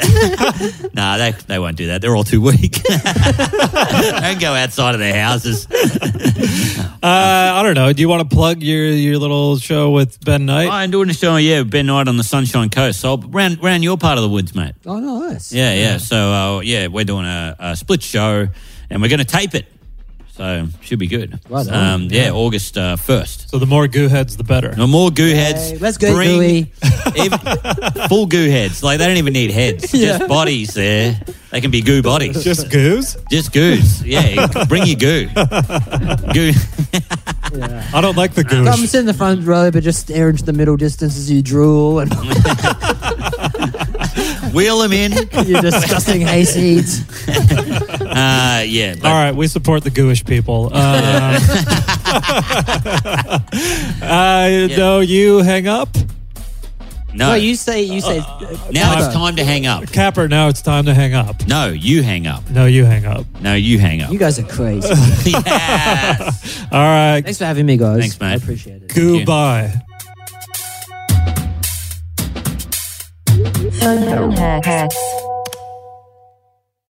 S3: Nah, they they won't do that. They're all too weak. Don't go outside of their houses.
S2: Uh, I don't know. Do you want to plug your your little show with Ben Knight?
S3: I'm doing a show, yeah, Ben Knight on the Sunshine Coast. So round round your part of the woods, mate.
S4: oh, nice.
S3: Yeah, yeah. So uh, yeah, we're doing a, a split show, and we're going to tape it. So should be good.
S4: Right on.
S3: um, yeah, August uh, first.
S2: so the more goo heads, the better.
S3: No more goo heads.
S4: Hey, let's go, gooey.
S3: even, full goo heads. Like they don't even need heads. Just bodies there. They can be goo bodies. Just,
S2: Just goos.
S3: goos. Yeah, bring your goo. Goo.
S2: I don't like the goos.
S4: Come sit in the front row, but just stare into the middle distance as you drool and
S3: Wheel them in.
S4: you're disgusting hayseeds.
S3: Uh, yeah. but-
S2: All right, we support the gooish people. Uh, I know Uh, you hang up.
S3: No.
S4: Well, you say you say
S3: now it's
S4: Capper,
S3: time to hang up.
S2: Capper, now it's time to hang up.
S3: No, you hang up.
S2: No, you hang up.
S3: No, you hang up.
S4: You guys are crazy.
S3: yes.
S2: All right,
S4: Thanks for having me, guys.
S3: Thanks, mate.
S4: I appreciate it.
S2: goodbye.
S1: Phone hacks.